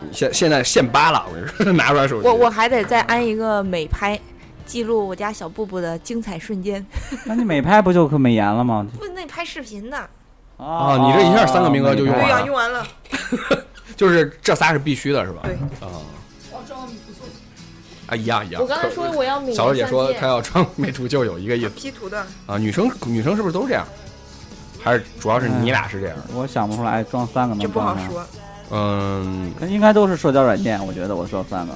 你现现在现扒了，我跟你说， 拿出来手机。 我我还得再安一个美拍，记录我家小布布的精彩瞬间。 那你美拍不就可美颜了吗？不，那拍视频呢？啊你这一下三个名额就用对完呀、了用完了。就是这仨是必须的，是吧？对啊啊，一样一样。我刚才可说我要美颜小相乐机，姐说她要装美图秀有一个意思，P 图的，啊，女生女生是不是都这样？还是主要是你俩是这样？我想不出来装三个这能不好装啥，说。嗯，应该都是社交软件，我觉得我装三个。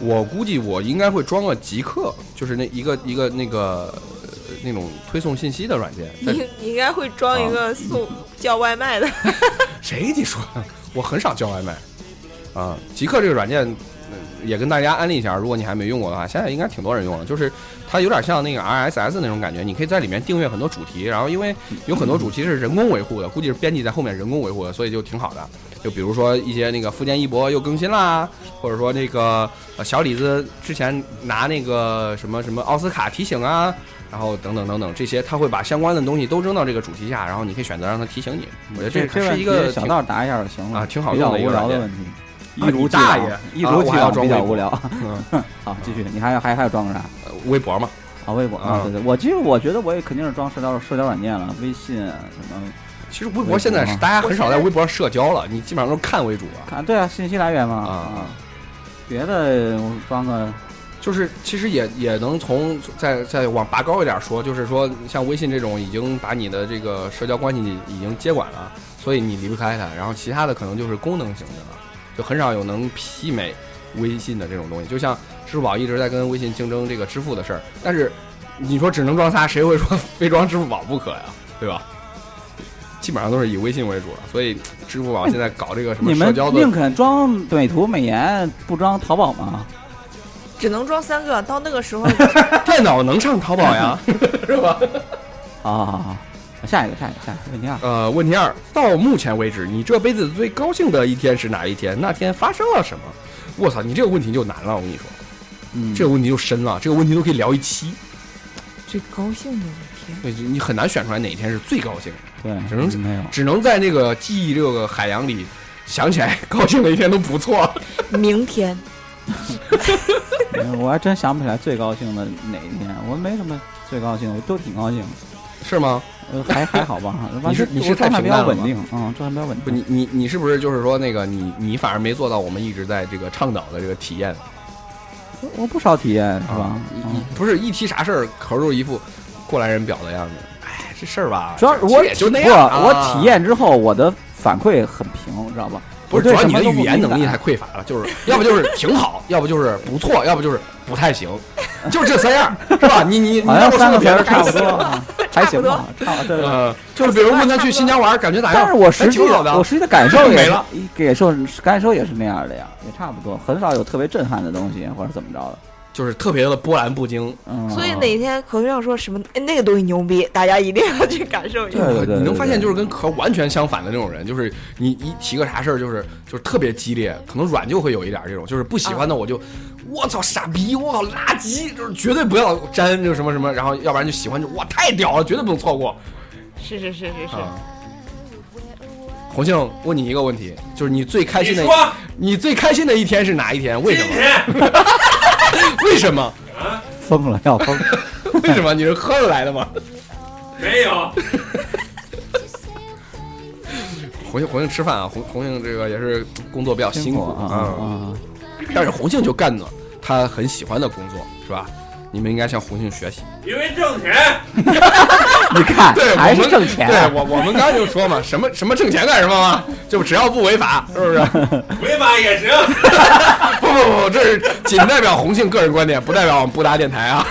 我估计我应该会装个极客，就是那一个一个那个、呃那种推送信息的软件。但你你应该会装一个送叫外卖的，谁你说的？我很少叫外卖啊。极客这个软件、呃也跟大家安利一下，如果你还没用过的话，现在应该挺多人用了。就是它有点像那个 RSS 那种感觉，你可以在里面订阅很多主题，然后因 为有很多主题是人工维护的，估计是编辑在后面人工维护的，所以就挺好的。就比如说一些那个福建一博又更新啦，或者说那个呃小李子之前拿那个什么什么奥斯卡提醒啊，然后等等等等这些，他会把相关的东西都扔到这个主题下，然后你可以选择让它提醒你。我觉得这这是一问个题小挺道答一下就行了啊挺好比较用的一无个聊软的件问题。一啊如你既往大爷一啊如我既还要往装比较微博无聊。 嗯，好，继续，你还还还有装个啥？呃微博嘛，啊，微博啊对对，我其实我觉得我也肯定是装社交社交软件了，微信啊什么其实微博现在是大家很少在微博上社交了，你基本上都是看为主啊。看，对啊，信息来源嘛啊别的我装个就是其实也也能从再再往拔高一点说，就是说像微信这种已经把你的这个社交关系已经接管了，所以你离不开它。然后其他的可能就是功能型的了，就很少有能媲美微信的这种东西。就像支付宝一直在跟微信竞争这个支付的事儿，但是你说只能装仨，谁会说 非装支付宝不可呀？对吧？基本上都是以微信为主了，所以支付宝现在搞这个什么你社们交的宁肯装美图美颜，不装淘宝吗？只能装三个。到那 个时候，电脑能上淘宝呀，是吧？啊，下一个，下一个，下一个问题二，呃，问题二，到目前为止，你这辈子最高兴的一天是哪一天？那天发生了什么？我操，你这个问题就难了，我跟你说，嗯，这个问题就深了，这个问题都可以聊一期。最高兴的一天，对，你很难选出来哪一天是最高兴的，对，只能没有。只能在这个记忆这个海洋里想起来高兴的一天都不错。明天嗯我还真想不起来最高兴的哪一天，我没什么最高兴，我都挺高兴，是吗？呃，还还好吧。完是事 你是我状太态比平淡较了稳吗定，嗯，状态比较稳不，你定。你你是不是就是说那个你你反而没做到我们一直在这个倡导的这个体验我我不少体验是吧啊？一嗯一不是一提啥事儿，口儿就一副过来人表的样子。哎，这事儿吧，主要是其实我也就体那样啊。不，我体验之后，我的反馈很平，知道吧？不是，主我对要你什么的都不语言能力敏太感匮乏了，就是要不就是挺好，要不就是不错，要不就是不太行，就这三样，是吧？你你你好要像我三说个 的词别儿的差干不死多 了，啊，还行吧，差不多对对。对呃，就是比如问他去新疆玩，感觉咋样？但是我哎实际挺好的我啊，实际的感受 也没是了，感受感受也是那样的呀，也差不多，很少有特别震撼的东西或者怎么着的。就是特别的波澜不惊。嗯，所以哪天壳上说什么哎那个东西牛逼，大家一定要去感受一下。对对对你能发现对就是跟壳完全相反的那种人，就是你一提个啥事儿，就是就是特别激烈，可能软就会有一点儿这种，就是不喜啊欢的我就，我操傻逼，我靠垃圾，就是绝对不要沾这个什么什么，然后要不然就喜欢就哇太屌了，绝对不能错过是是是是是，啊。红杏问你一个问题，就是你最开你心的，说你最开心的一天是哪一天？为今什么？天 为什么？疯了要 疯，为什么？你是喝着来的吗？没有，红杏，红杏吃饭啊，红红杏这个也是工作比较辛苦啊嗯啊！但是红杏就干了她很喜欢的工作，是吧？你们应该向红杏学习。因为挣钱。你啊看对，还我是们挣钱啊，对我，我们刚才就说嘛，什么什么挣钱干什么嘛，就只要不违法，是不是？违法也行， 不不不，这是仅代表红杏个人观点，不代表我们不搭电台啊。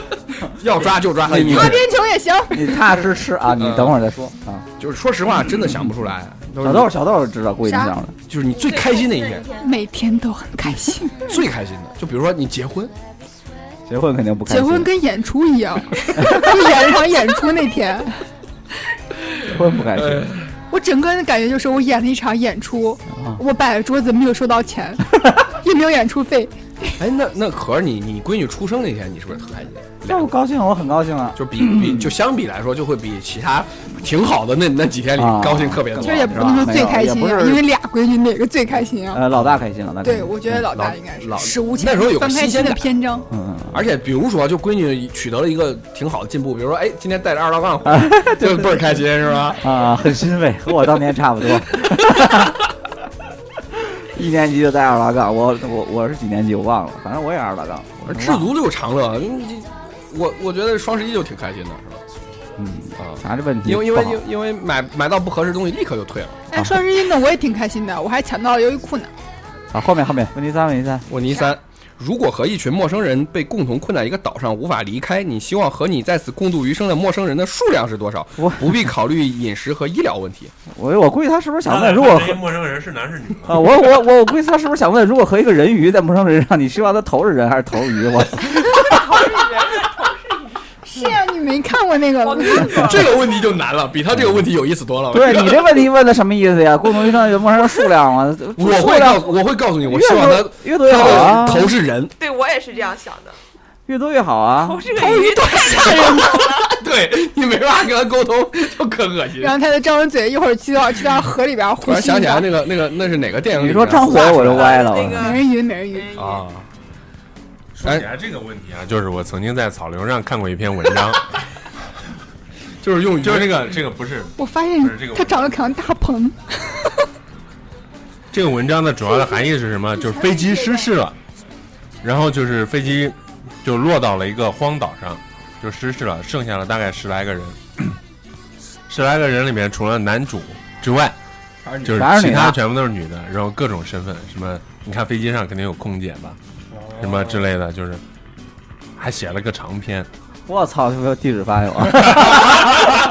要抓就抓，那你擦边球也行。你踏实吃啊，你嗯等会儿再说啊。就是说实话，真的想不出来。都是小豆，小豆知道过一啥讲了，就是你最开心的一天，每天都很开心，最开心的，就比如说你结婚，结婚肯定不开结心。婚跟演出一样， 就演一场演出那天，结婚不开哎心，我整个人的感觉就是我演了一场演出，哦我摆了桌子没有收到 钱，也没有演出费，哎，那那可是你你闺女出生那天，你是不是特开心？那我高兴，我很高兴啊。就比比就相比来说，就会比其他挺好的那那几天里啊高兴特别多。其实也不是吧能说最开心没有也不啊，是因为俩闺女哪个最开心啊？呃，老大开心，老大开心。对，我觉得老老大应该是老史无前那时候有个翻开新鲜新的感篇章。嗯，嗯而且比如说，就闺女取得了一个挺好的进步，比如说，哎，今天带着二道杠回来，啊 就倍儿开心，是吧？嗯啊，很欣慰，和我当年差不多。 一年级就带二拉杠，我我我是几年级我忘了，反正我也二拉杠。我而真知忘了足就是常乐，嗯这我我觉得双十一就挺开心的，是嗯，吧？啊，啥这问题？因为因为不好因为买买到不合适的东西立刻就退了。哎，双十一呢，我也挺开心的，我还抢到了优衣库呢。啊，后面后面问题三问题三，问题三：如果和一群陌生人被共同困在一个岛上无法离开，你希望和你在此共度余生的陌生人的数量是多少我？不必考虑饮食和医疗问 题。我我估计他是不是想问，咱俩如果看和这陌生人是男是女？啊，我我我我估计他是不是想问，如果和一个人鱼在陌生人上，你希望他头是人还是头是鱼？我操是呀，你没看过那个吗？这个问题就难了，比他这个问题有意思多了。对你这问题问的什么意思呀？共同余生有陌生人数量啊，我数会量告诉我会告诉你，我越希望他多越多越好他啊，的头是人，对我也是这样想的。越多越好啊我。是个鱼，太吓人了。 对你没办法跟他沟通， 就可恶心。 然后他就张着嘴，一会儿去到去到河里边突呼然吸。想起来那个那个那是哪个电影里你面？说张火我就歪了，那我个美人鱼，美人鱼。啊，说起来这个问题啊，就是我曾经在草榴上看过一篇文章，就是用 就是这个个这个不是我发现不是这个他长得可像大鹏，这个文章的主要的含义是什么？就是飞机失事了，然后就是飞机就落到了一个荒岛上，就失事了，剩下了大概十来个人， 十来个人里面除了男主之外，就全是是啊其女的他全部都是女的，然后各种身份，什么你看飞机上肯定有空姐吧，什么之类的，就是还写了个长篇，我操，有没有地址发给我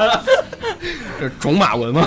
是种马文嘛，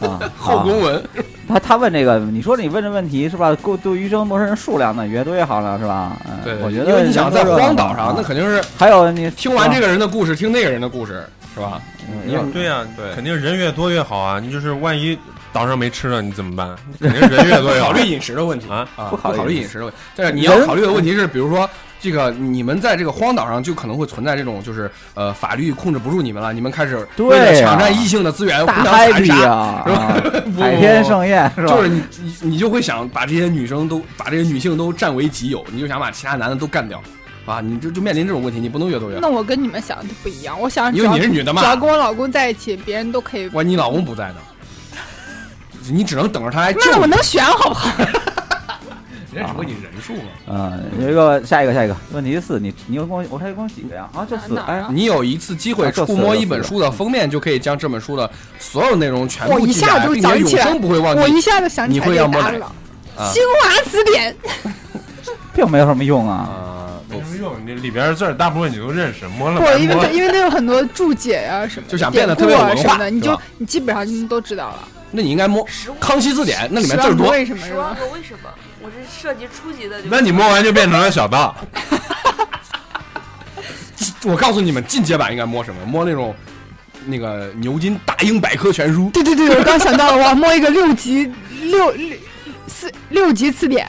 啊？后好宫文。他他问这个，你说你问这问题是吧？过对余生陌生人数量呢，越多越好了是吧？嗯对，我觉因得为你想在人多荒越好岛上啊，那肯定是还有你听完这个人的故事，听那个人的故事，是吧？嗯你要对呀、对肯定人越多越好啊！你就是万一岛上没吃的，你怎么办？肯定人越多越好考虑饮食的问题啊！啊，不不考虑考虑饮饮食的问题。但是你要考虑的问题是，比如说这个你们在这个荒岛上就可能会存在这种，就是呃法律控制不住你们了，你们开始对为了呀抢占异性的资源互大相残 happy 杀，啊，是吧啊 不海天盛宴是 吧？就是你你你就会想把这些女生都把这些女性都占为己有，你就想把其他男的都干掉，啊，你就就面临这种问题，你不能越多越好，那我跟你们想的不一样。我想只啊因为要你是只女的嘛，要跟我老公在一起，别人都可以。万一你老公不在呢，你只能等着他来救那我你，能选好不好？人家只问你人数嘛。嗯，有一个下一个下一个问题四，你你有共我还有共几个呀？啊，就四哪儿哎啊，你有一次机会啊这触次摸一这次本书的封面，就可以将这本书的所有内容全嗯我部一记下下来，就并想且永起来生不会忘我记一。下子想起你来会这要个摸答案奶了。啊新华词 典，并没有什么用啊。啊，没什么用，你里边的字儿大部分你都认识，摸了不，白因为摸它。因为它有很多注解呀什么的，就想变得特别典有故啊文什化么的，你是就吧你基本上你都知道了。那你应该摸《康熙字典》，那里面字儿十万个多。为什么是十万吧？个为什么？我是涉及初级的，就那你摸完就变成了小道，我告诉你们，进阶版应该摸什么？摸那种那个牛津大英百科全书。对对对，我刚想到了，我要摸一个六级六六四六级词典，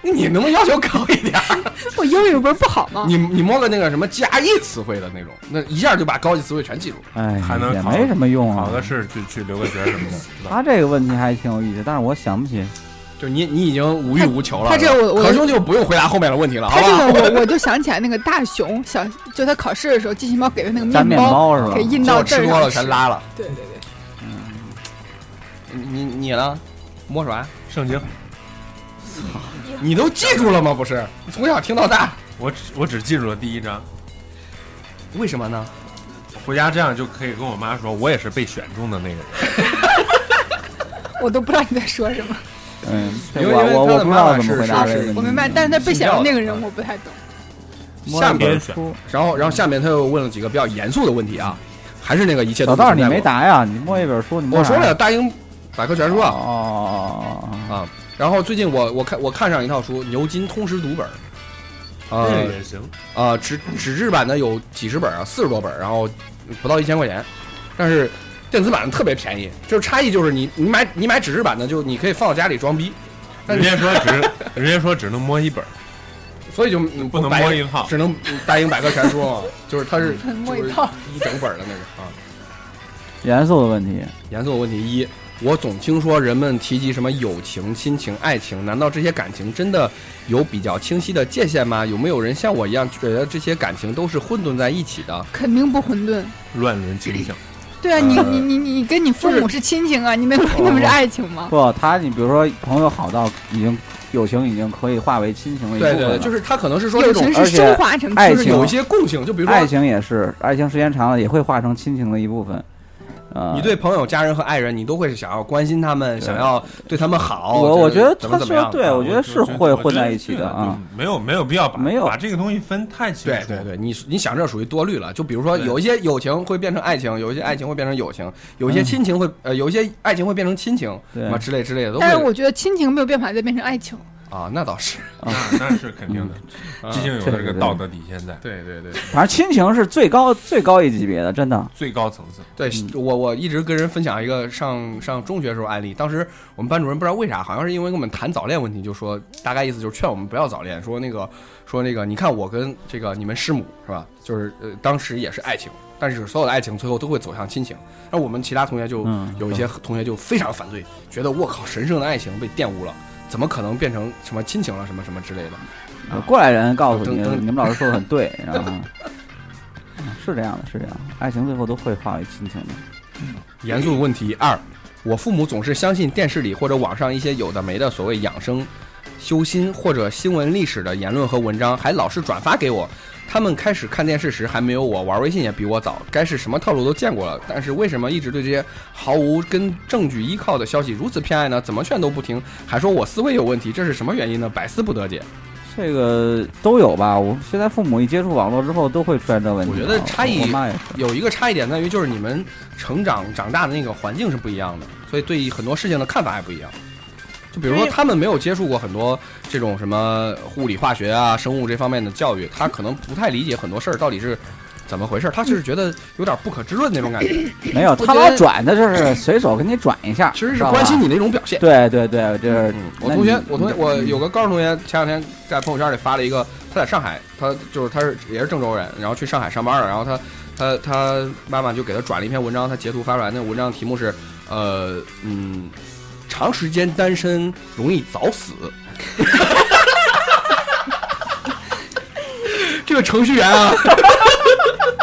你能不能要求高一点儿？ 我英语不是不好吗？你你摸个那个什么加义词汇的那种，那一下就把高级词汇全记住。哎，还能也考没什么用啊考。个试去去留个学什么的，知道他这个问题还挺有意思，但是我想不起。就你你已经无欲无求了。他这个我我何兄就不用回答后面的问题了，好啊他吧？这个我我就想起来那个大熊小，就他考试的时候，机器猫给的那个粘面包，包是吧给？印结到果这吃儿多上了吃全。拉了。嗯对对对，你你呢？摸啥？圣经，你都记住了吗？不是，从小听到大，我只我只记住了第一章，为什么呢？回家这样就可以跟我妈说，我也是被选中的那个人。我都不知道你在说什么，嗯，因对为我因为他我我的不知妈道妈怎么是回答是这个是问题。我明白，但是他被睡选觉的嗯的嗯那个人我不太懂。下边边书，然后然后下面他又问了几个比较严肃的问题啊，还是那个一切老都道儿你存在没过。答呀？你摸一本书，你摸我说啥啊了，《大英百科全书》啊。哦哦哦，啊，然后最近我我看我看上一套书《牛津通识读本》，啊、那个也行，啊，纸纸质版的有几十本啊，四十多本，然后不到一千块钱，但是电子版的特别便宜，就是差异就是你你买你买纸质版的就你可以放到家里装逼，但人你家说只人家说只能摸一本，所以就不不能摸一套。只能大英百科全书嘛，就是 它是摸就一是套一整本的那个啊。严肃的问题，严肃的问题一，我总听说人们提及什么友情、亲情、爱情，难道这些感情真的有比较清晰的界限吗？有没有人像我一样觉得这些感情都是混沌在一起的？肯定不混沌。乱伦倾向，对啊，你呃你你你跟你父就是哦母是亲情啊，你能说他们是爱情吗？不，他你比如说朋友好到已经友情已经可以化为亲情的一部对分对对，了，就是他可能是说这友种情而是且升华成爱就是情有一些共性，就比如爱说情也是，爱情时间长了也会化成亲情的一部分。呃，你对朋友、家人和爱人，你都会想要关心他们，对想要对他们好。我我觉得哦怎么他怎么样啊说的？对，我觉得是我觉得会我混觉得在一起的啊。嗯没有没有必要把没有把这个东西分太清对楚。对对，你你想这属于多虑了。就比如说，对有一些友情会变成爱情，有一些爱情会变成友情，有一些嗯亲情会呃，有一些爱情会变成亲情，对什么之类之类的。都但是会我觉得亲情没有办法再变成爱情。啊，那倒是，那那是肯定的，呃毕竟有这个这个对道德底线在对对对反正亲情是最高最高一级别的，真的。最高层次。对，我我一直跟人分享一个上上中学时候案例，当时我们班主任不知道为啥，好像是因为跟我们谈早恋问题，就说大概意思就是劝我们不要早恋，说那个说那个，你看我跟这个你们师母是吧，就是呃当时也是爱情，但是所有的爱情最后都会走向亲情，那我们其他同学就嗯有一些同学就非常反对，觉得我靠神圣的爱情被玷污了，怎么可能变成什么亲情了什么什么之类的。有嗯过来人告诉你，等等你们老师说的很对，然后嗯是这样的，是这样的，爱情最后都会化为亲情的。严肃问题二：我父母总是相信电视里或者网上一些有的没的所谓养生、修心或者新闻历史的言论和文章，还老是转发给我。他们开始看电视时还没有我，玩微信也比我早，该是什么套路都见过了。但是为什么一直对这些毫无跟证据依靠的消息如此偏爱呢？怎么劝都不听，还说我思维有问题，这是什么原因呢？百思不得解。这个都有吧？我现在父母一接触网络之后，都会出现这问题我觉啊。得差异我妈也是。有一个差异点在于，就是你们成长长大的那个环境是不一样的，所以对很多事情的看法也不一样。就比如说，他们没有接触过很多这种什么物理、化学啊、生物这方面的教育，他可能不太理解很多事儿到底是怎么回事儿，他是觉得有点不可知论那种感觉，没有，觉他老得转的就是随手给你转一下，其实知是道吧关心。你的一种表现。对对对，就是嗯，那我嗯同学你，我同学，我有个高中同学，前两天在朋友圈里发了一个，他在上海，他就是他是也是郑州人，然后去上海上班了，然后他他他妈妈就给他转了一篇文章，他截图发出来，那文章题目是呃嗯，长时间单身容易早死。 这个程序员啊，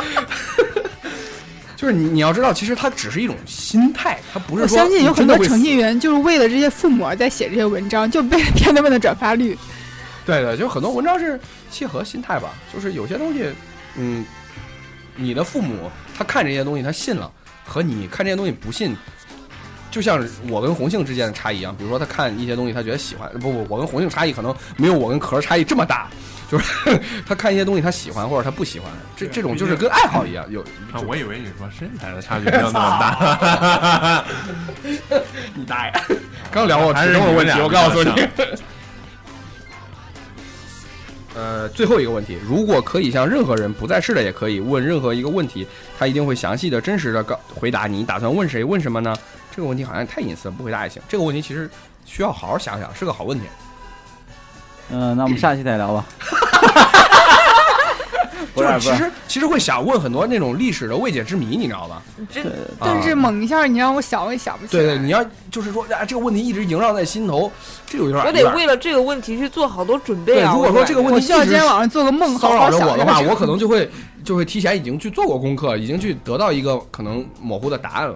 就是你你要知道，其实他只是一种心态，他不是我说相信有你很真的多会程死序员就是为了这些父母而在写这些文章，就被 天天问的转发率。对对，就很多文章是契合心态吧，就是有些东西，嗯，你的父母他看这些东西他信了，和你看这些东西不信，就像我跟红杏之间的差异一样，比如说他看一些东西他觉得喜欢，不不，我跟红杏差异可能没有我跟壳儿差异这么大，就是他看一些东西他喜欢或者他不喜欢，这这种就是跟爱好一样，有啊，我以为你说身材的差距没有那么大，你大啊爷！ 刚聊过还体是重的问题，你们俩我告诉你比较。 呃，最后一个问题，如果可以向任何人，不在世的也可以问任何一个问题，他一定会详细的、真实的告回答你打算问谁、问什么呢？这个问题好像太隐私了，不回答也行。这个问题其实需要好好想想，是个好问题。嗯，那我们下期再聊吧。不就是是其不是，实其实会想问很多那种历史的未解之谜，你知道吧？啊这但是猛一下你让我想，我也想不起来。对对，你要就是说啊，这个问题一直萦绕在心头，这有点我得为了这个问题去做好多准备对。啊。如果我说感这个觉问啊我题需要一今直天晚上做个梦， 好骚扰好着想我一的下话，这 个我可 能就会就会提前已经去做过功课，已经去得到一个可能模糊的答案了。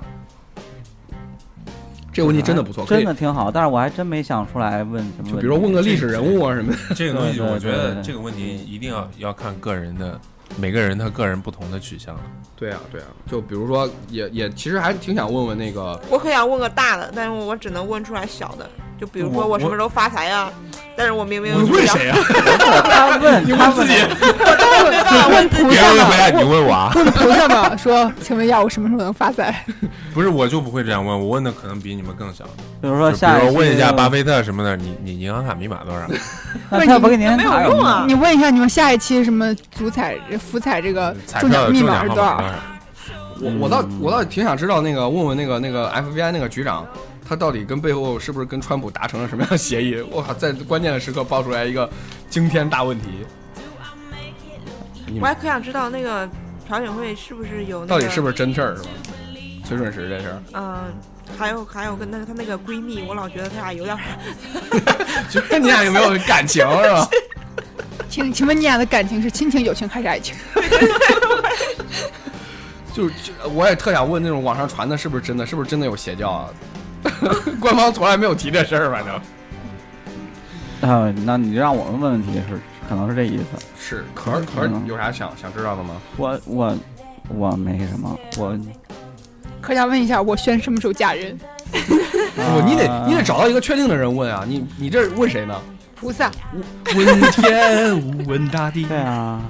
这个问题真的不错，可真以的挺好，但是我还真没想出来问什么问题。就比如说问个历史人物啊什么的。这个东西，对对我觉对得对这个问题一定要要看个人的，每个人他个人不同的取向。 对啊，对啊，就比如说也也其实还挺想问问那个，我很想问个大的，但是我只能问出来小的。就比如说我我什么时候发财啊？但是我明明 啊？他 问他问我没办法问自己。别问回来，你问我啊。 问菩萨嘛，说请问一下我什么时候能发财？不是，我就不会这样问，我问的可能比你们更小。比如就说比呃下如期问一下巴，菲特什么的，你你银行卡密码多少？那他不给您没有用啊！ 你问一下，你说下一期什么足彩、福彩这个彩中票奖的密中码奖是号多少码多？少？我我倒我倒挺想知道那个问问那个那个 FBI 那个局长，他到底跟背后是不是跟川普达成了什么样的协议？ 我靠，在关键的时刻爆出来一个惊天大问题，我还可想知道那个朴槿惠是不是有那个到底是不是真事儿是吧？崔顺实这事儿， 嗯，还有还有跟那个她那个闺蜜，我老觉得她俩有点儿就是你俩有没有感情是吧？请请问你俩的感情是亲情、友情还是爱情？就是就呃我也特想问那种网上传的是不是真的，是不是真的有邪教啊？ 官方从来没有提这事儿，反正啊，那你让我们问问题是可能是这意思。是。可是可是有啥想想知道的吗？我我我没什么，我可想问一下，我轩什么时候嫁人？不，你得啊你得找到一个确定的人问啊！你你这问谁呢？菩萨， 问天无问大地？对啊，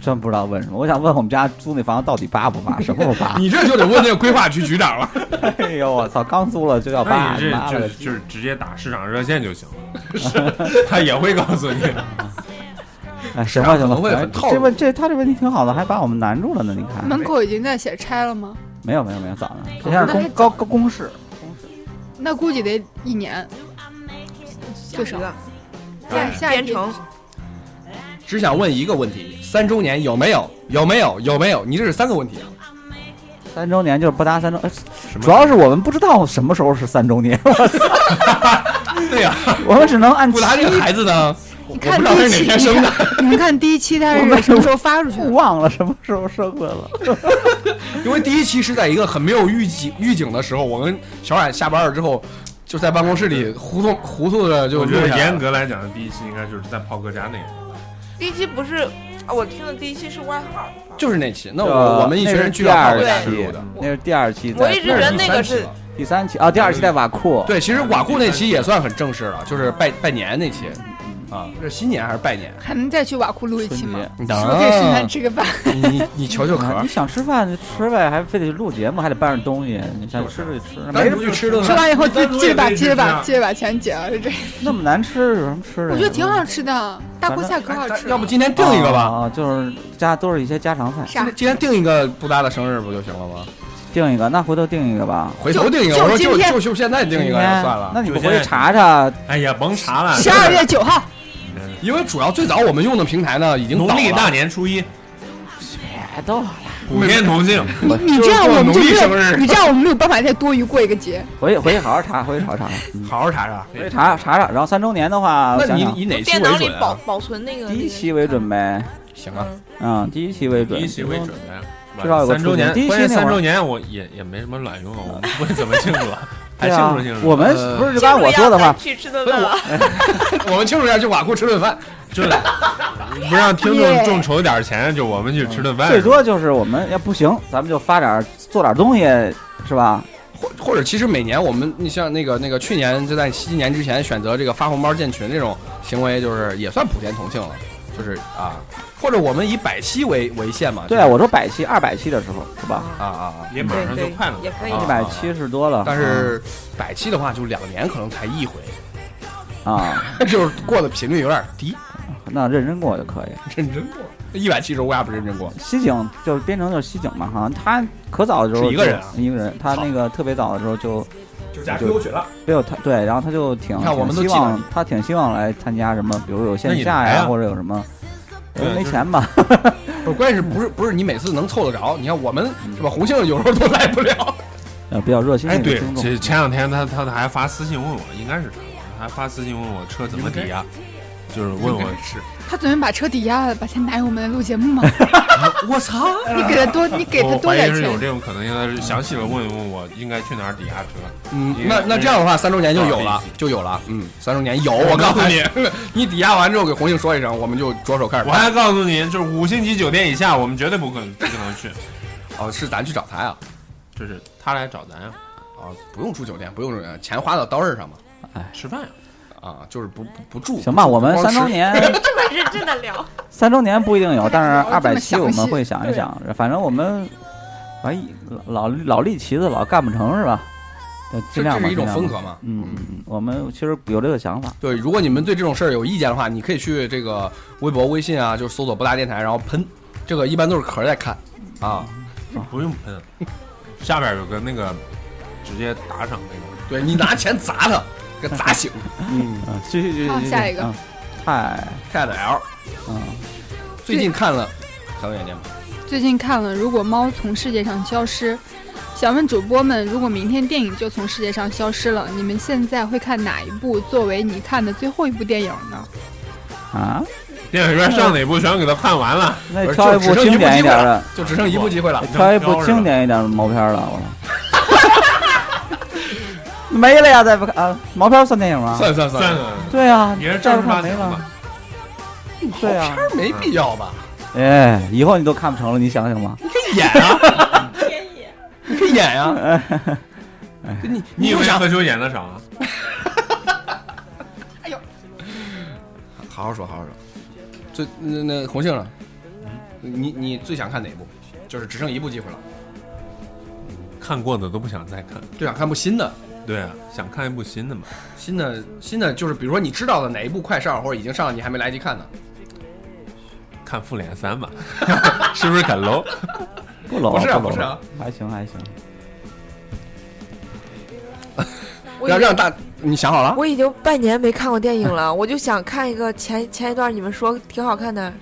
真不知道问什么。我想问我们家租那房子到底扒不扒，什么时候扒 你这就得问那个规划局局长 了，哎呦我操，刚租了就要那扒，你这妈就了是就是直接打市场热线就行了，他也会告诉你。哎，行吧是啊可行吧能会很，套路这问这他这问题挺好的，还把我们难住了呢。你看，门口已经在写拆了吗？没有没有没有，早呢，这下是公高高公示，那估计得一年，最少。下编下一啊编批程， 只想问一个问题：三周年有没有？有没有？有没有？你这是三个问题啊！三周年就是不搭三周，哎什么主要是我们不知道什么时候是三周年，对呀、我们只能 按不达这个孩子呢，我你不看知第道他一是哪期，天生你的。看你们看第一期他我是们什么时候发出去的？忘了什么时候生的了。因为第一期是在一个很没有预警预警的时候，我跟小冉下班了之后，就在办公室里糊涂糊涂的就我觉录得下来严了。格来讲，第一期应该就是在炮哥家那个。第一期不是啊我听的第一期是外号，就是那期，那呃我我们一群人聚到那泡泡是第家二吃期录的。，那是第二期在，我一直觉得那个第三期是了第三期啊，第二期在瓦库，对，其实瓦库那期也算很正式了，就是拜拜年那期啊，这是新年还是拜年？还能再去瓦库录一期吗？春你是不是可以顺便吃个饭？你你你求求啊壳你，想吃饭就吃呗，还非得录节目，还得搬着东西，你想吃就吃，单没独去吃顿吃饭。完以后记单独也记着把可以记着这把样记着把钱结了，是这样。那么难吃有什么吃的呀？我觉得挺好吃的，大锅菜可好咱吃了。要不今天定嗯一个吧？啊，就是家都是一些家常菜，今啥天？今天定一个布达的生日不就行了吗？定一个，那回头定一个吧。回头定一个，就我说今就天就就现在定一个就算了，那你不回去查查？哎呀，甭查了，十二月九号，因为主要最早我们用的平台呢已经农倒历大了，年初一，别逗了，普天同庆。你你就这样就我们农就历没生日有，你 这样我们没有办法再多余过一个节。回去回去好好查，回去 好好查，嗯好好查查。回去查查查查。然后三周年的话，我那想你想以哪期电脑为里准保啊？保存那个第一期为准。呗， 行那啊个，嗯嗯，第一期为第准，一期为准的呀，至少有个三周年初衷第，一关键期那会儿三周年我也也没什么卵用，我不会怎么庆祝， 还对庆啊祝庆，祝。我们呃不是就刚才我说的话，去吃顿饭了。 我们庆祝一下去瓦库吃顿 饭。就不让听众众筹点钱，就我们去吃顿饭，最多就是我们要不行，咱们就发点儿做点儿东西，是吧？或或者其实每年我们，你像那个那个去年就在新年之前选择这个发红包建群这种行为，就是也算普天同庆了，就是啊，或者我们以百期为为限嘛。对啊啊，，我说百期、二百期的时候，是吧？啊啊啊！也马上就快了，对对也可以一啊百七十多了，但是百期的 话，就两年可能才一回，啊，就是过的频率有点低。 那认真过就可以。认真过，一百七十为啥不认真过？西井就是边城就是西井嘛，哈，他可早的时候是一个就人啊一个人，他那个特别早的时候就就加 QQ QQ 群了，没有他，对，然后他就挺你看我们都挺希记得望你他挺希望来参加什么，比如有那线你下来呀，啊或者有什么，对呃没就是钱吧，不是，关键是不是不是你每次能凑得着？你看我们是吧，红杏有时候都来不了。 呃，比较热心的哎，一个对，听众，前前两天他他他还发私信问我，应该是他，还发私信问我车怎么抵押，就是问我是，他昨天把车抵押了，把钱拿给我们来录节目 嘛。我操！你给他多，你给他我多怀点疑是有钱。这种可能性，他是详细的问问我应该去哪儿抵押车。嗯，那那这样的话，三周年就有了，就有了。嗯，三周年有，我告诉你， 你抵押完之后给红杏说一声，我们就着手开始嗯我办。还告诉你，就是五星级酒店以下，我们绝对不可不可能去，哦，是咱去找他呀？就是他来找咱啊呀，哦，不用住酒店，不用住酒店，钱花到刀刃上嘛。吃饭呀。啊，就是不不不住。行吧，我们光三周吃年这么认真的聊， 三周年不 一定有，但是二这百么期详细我们会想一想，反正我们反正老老老立旗子老干不成是吧？就这这尽量吧，是一种尽量吧风格。嘛。嗯，嗯嗯我们其实有这个想法，对，如果你们对这种事儿有意见的话，你可以去这个微博、微信啊，就是搜索“不搭电台”，然后喷。这个一般都是壳儿在看啊。不用喷，啊 下边有个那个直接打赏那个。对你拿钱砸他，给砸醒。嗯嗯，继续继续好继续下一个嗯太，Cat L 嗯，最近看了小眼睛吗？最近看了《如果猫从世界上消失》，想问主播们，如果明天电影就从世界上消失了，你们现在会看哪一部作为你看的最后一部电影呢？啊， 电影院上哪部全给他看完 了，那不是挑就一只部剩经一部典机一会点了的，就只剩一部机会了。挑一部经典一点的毛片了，我操。 没了呀，再不看啊，毛片算电影吗？算算 算算，了，对啊，也是再正不儿八看没经了吧。。对啊好片儿没必要吧？哎，以后你都看不成了，你想想吧。你可以演啊，你可以演呀。你你以有为啥？何炅演的啊啥？好好说，好好说。最那那红杏呢？你你最想看哪部？就是只剩一部机会了， 看过的都不想再看。就想看部新的。对啊，想看一部新的嘛。新的新的就是，比如说你知道的哪一部快上或者已经上了，你还没来得及看呢。看《复联三》 吧，是不是很 low？不搂，不是啊搂不是啊还行还行。我要已让经大，你想好了？啊我已经半年没看过电影了， 我就想看一个前前一段你们说挺好看的，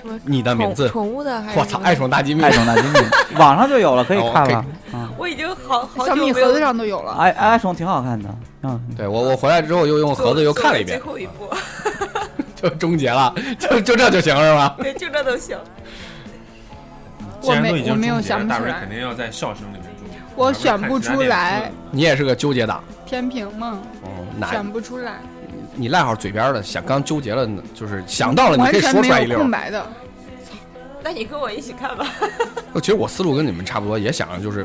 什么你的宠宠物的还是我什操，哎么的爱宠大机密爱。宠大金币，网上就有了，可以看了。啊，我已经好好小久没有啊米盒子上都有了。爱爱宠挺好看的。嗯，对我我回来之后又用盒子又看了一遍，后一部，就终结了，就就这就行是吧？ 对，就这都行。 既然我没都已经我没有终结了想不大出瑞来肯定要在笑声里面终结。我要选看不其他出电视来了你也是个纠结党，天平嘛，嗯，哪选不出来，你赖好嘴边的，想刚纠结了，就是想到了哦你完可以全说出来没一有溜空儿。白的。那你跟我一起看吧。 呃其实我思路跟你们差不多，也想着就是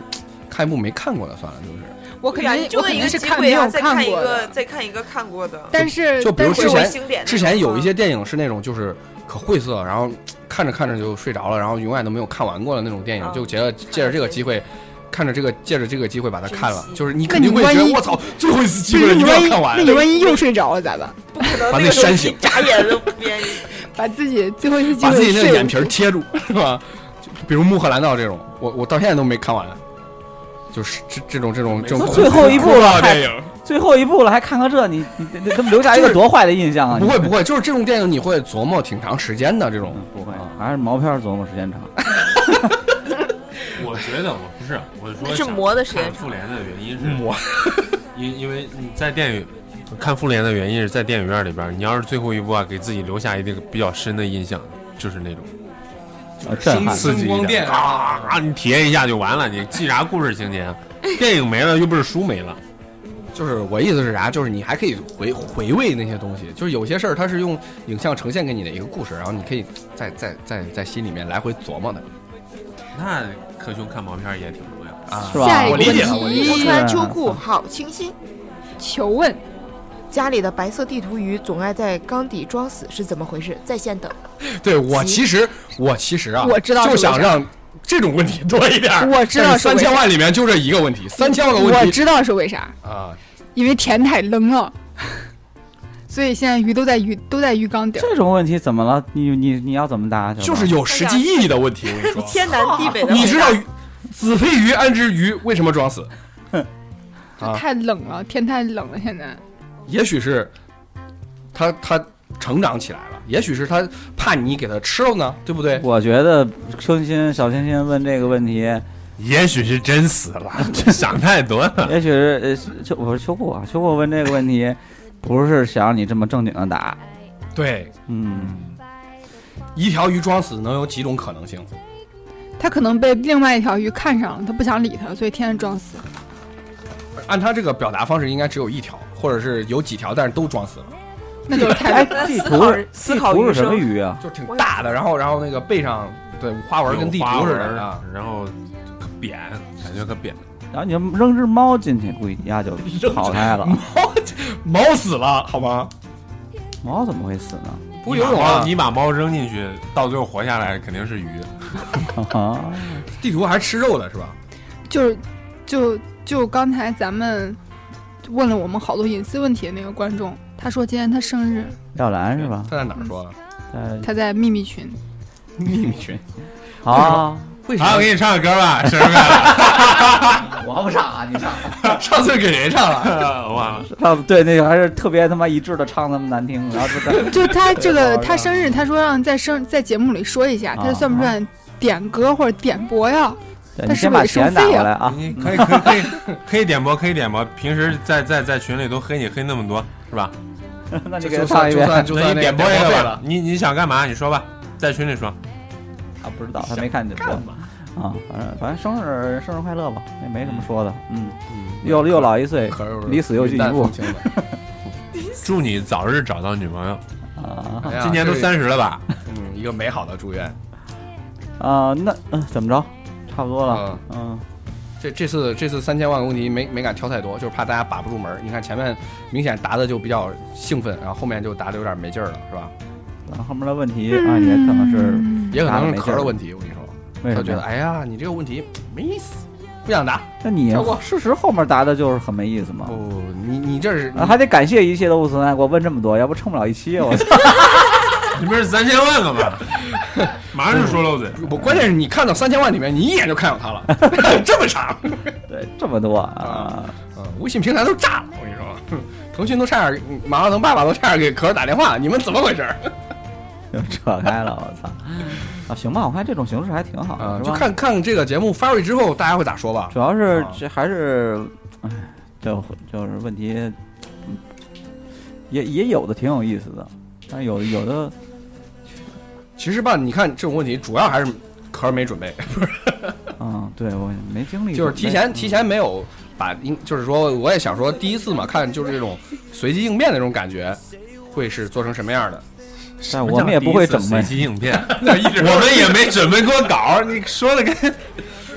看一部没看过的算了，就是我肯定啊就我肯定是机看会没有啊，再看一过个，的，再看一个看过的。但是就比如但是之我前经典的之前有一那些电影是那种就是可晦涩，然后看着看着就睡着了，然后永远都没有看完过的那种电影，啊就觉得借着这个机会。看着这个，借着这个机会把它看了珍，惜就是你那肯定你会觉万得一我操，最后一次机不会了，是一你定万要一看完那。你万一又睡着了咋办？种不可能把那个自己东扇西醒眨眼都不愿意。把自己最后一次机把会自己那个睡眼皮儿贴住， 是吧？就比如《穆赫兰道》这种，我我到现在都没看完，就是这这种这种这种都恐最后一步了，还电影最后一步了，还看个这，你你你你这么留下一个多坏的印象啊！不你会不会，就是这种电影你会琢磨挺长时间的这种嗯，不会，还是毛片儿琢磨时间长。我觉得我不是，啊我说那是想磨的时间看复联的原因是磨因因为你在电影看复联的原因是在电影院里边儿，你要是最后一部啊，给自己留下一个比较深的印象，就是那种啊震撼，刺激声一光点，电啊，啊你体验一下就完了，你记啥故事情节啊？电影没了又不是书没了，就是我意思是啥？就是你还可以回回味那些东西，就是有些事儿它是用影像呈现给你的一个故事，然后你可以在在在在心里面来回琢磨的 那柯兄看毛片儿也挺多呀。啊是吧下一个我理解了问我题理解不了穿秋裤好清新。求问家里的白色地图仪总爱在缸底装死，是怎么回事？在线等。对我其实我其实啊，我知道是就为啥想让这种问题多一点儿。我知道是为三啥千万里面就这一个问题，三千万个啊我问题知道是为啥，啊，因为甜太冷了， 所以现在鱼都在鱼都在鱼缸底儿。这种问题怎么了？你你你要怎么答？小就王是有实际意义的问题。我跟你说， 天南地北的回答。你知道鱼子非鱼安知鱼为什么装死？就啊太冷了，天太冷了，现在也许是它它成长起来了，也许是它怕你给它吃了呢，对不对？我觉得清新小清新问这个问题，也许是真死了，这想太多了。也许是呃秋我是秋裤啊，秋裤问这个问题，不是想让你这么正经的答，对，嗯，一条鱼装死能有几种可能性？它可能被另外一条鱼看上了，它不想理它，所以天天装死。按它这个表达方式，应该只有一条，或者是有几条，但是都装死了，那就是 太哎冷。，地思图考是思地考图余是什么生鱼啊？就是挺大的，然后然后那个背上对花纹跟地图似的啊。，然后可扁，感觉可扁。然后你就扔只猫进去，估计一下就淘汰 了。猫死了好吗？ 猫怎么会死呢？不你游把泳猫啊！你把猫扔进去，到最后活下来肯定是鱼。啊，地图还是吃肉的是吧？就是就就刚才咱们问了我们好多隐私问题的那个观众，他说今天他生日， 廖兰是吧？他在哪儿说的？在他在秘密群。秘密群。好 啊，为 好，啥我？给你唱个歌 吧，生日快乐！我不傻，你 傻。上次给谁唱了？ 我忘了，啊，对，那个还是特别他妈一致的唱那么难听，然后就 在就他这个他生日，他说让在生在节目里说一下，啊他算不算点歌或者点播呀？对你先把钱打过来啊。 你可以可以可以可以点播，可以点播。平时在在在群里都黑你黑那么多，是吧？那你就给他就唱算一就遍算就那算你那点播一点个费吧了。，你你想干嘛？你说吧，在群里说。啊，不知道，他没看见过啊。反正反正生日生日快乐吧，也没什么说的。嗯，又又老一岁嗯可是离死又近一步云淡风轻的祝你早日找到女朋友。啊哎呀今年都这三十了吧？嗯，一个美好的祝愿。啊，那嗯怎么着？差不多了嗯，嗯，这这次这次三千万个问题没没敢挑太多，就是怕大家把不住门儿。你看前面明显答的就比较兴奋，然后后面就答的有点没劲儿了，是吧？然后后面的问题嗯啊，也可能是也可能是答得没劲壳儿的问题，我跟你说，为他什觉得么？哎呀，你这个问题没意思，不想答。那你事实后面答的就是很没意思嘛不、。哦你你这是哦啊，还得感谢一切都不存在过，问这么多，要不撑不了一期。啊 我操！你不是三千万了吗？马上就说漏嘴。嗯我关键是你看到三千万里面，你一眼就看到他了， 这么长，对，这么多啊，嗯，微信平台都炸了，我跟你说， 腾讯都差点，马化腾爸爸都差点给壳打电话，你们怎么回事儿？又 扯开了，我 操！啊，行吧，我看这种形式还挺好的，啊、是吧？就看看这个节目发出去之后，大家会咋说吧。主要是啊这还是，哎，就就是问题，嗯也也有的挺有意思的，但有有的其实吧，你看这种问题，主要还是壳儿没准备，嗯，对我没嗯经历过，就是提前提前没有把，应就是说我也想说第一次嘛，看就是这种随机应变的那种感觉，会是做成什么样的？但我们也不会整随呗机应 变，我们也没准备过稿，你说的跟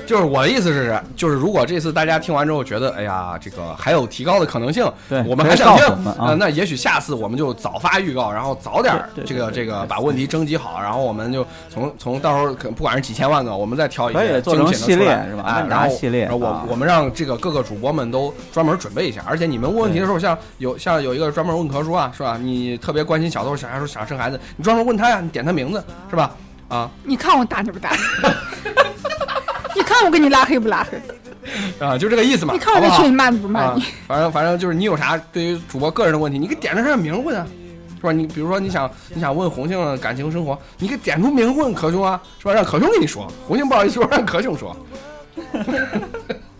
就是我的意思是，就是如果这次大家听完之后觉得，哎呀，这个还有提高的可能性，对我们还想听直接告诉我们，啊呃那也许下次我们就早发预告，然后早点儿对对这对个对这个对把问题征集好，然后我们就从从到时候可不管是几千万个，我们再挑一可以个做精成品的系出列来是吧啊问，答然后系列然后我啊我们让这个各个主播们都专门准备一下，而且你们问问题的时候，像有像有一个专门问壳说啊，是吧？你特别关心小豆小孩说想生孩子，你专门问他呀，你点他名字是吧？啊你看我打你不打？ 你看我给你拉黑不拉黑？啊，就这个意思嘛，你看好我不在好群里骂你不骂啊你？，反正反正就是你有啥对于主播个人的问题，你给点上上名问啊，是吧？你比如说你想你想问红杏的感情生活，你给点出名问可兄啊，是吧？让可兄跟你说，红杏不好意思说，让可兄说。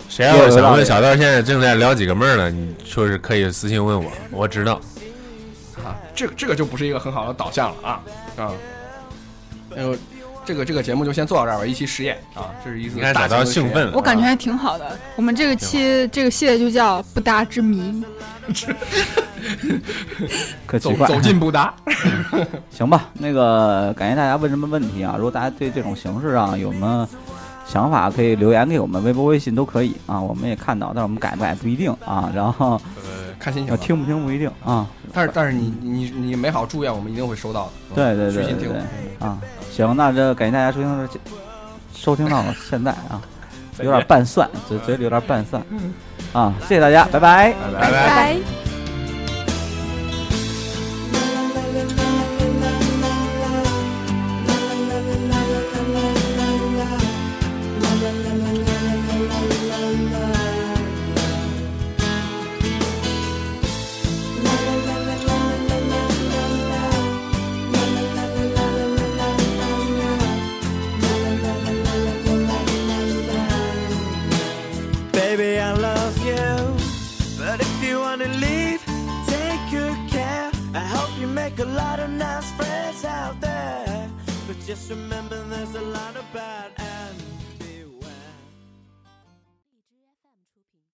谁要是想问小道现在正在撩几个妹儿呢？你说是可以私信问我，我知道。啊，这个这个就不是一个很好的导向了啊啊，哎呦，这个这个节目就先做到这儿吧，一期实验啊，这是一次你看大小型道的实验兴奋，了，啊我感觉还挺好的。我们这个期这个系列就叫不搭之谜。可奇走怪，走进不 搭，行吧，那个感谢大家问什么问题啊？如果大家对这种形式上有什么想法，可以留言给我们，微博、微信都可以啊，我们也看到，但是我们改不改不一定啊，然后呃看心情要吧。听不听不一定啊。但是但是你你你美好祝愿我们一定会哦收到的，对对虚对心对听对，啊，行，那这感谢大家收听到这收听到了现在啊，有点拌蒜，嘴嘴里有点拌蒜，嗯啊，谢谢大家，拜拜。拜拜拜拜。拜 gonna leave. Take good care. I hope you make a lot of nice friends out there. But just remember there's a lot of bad and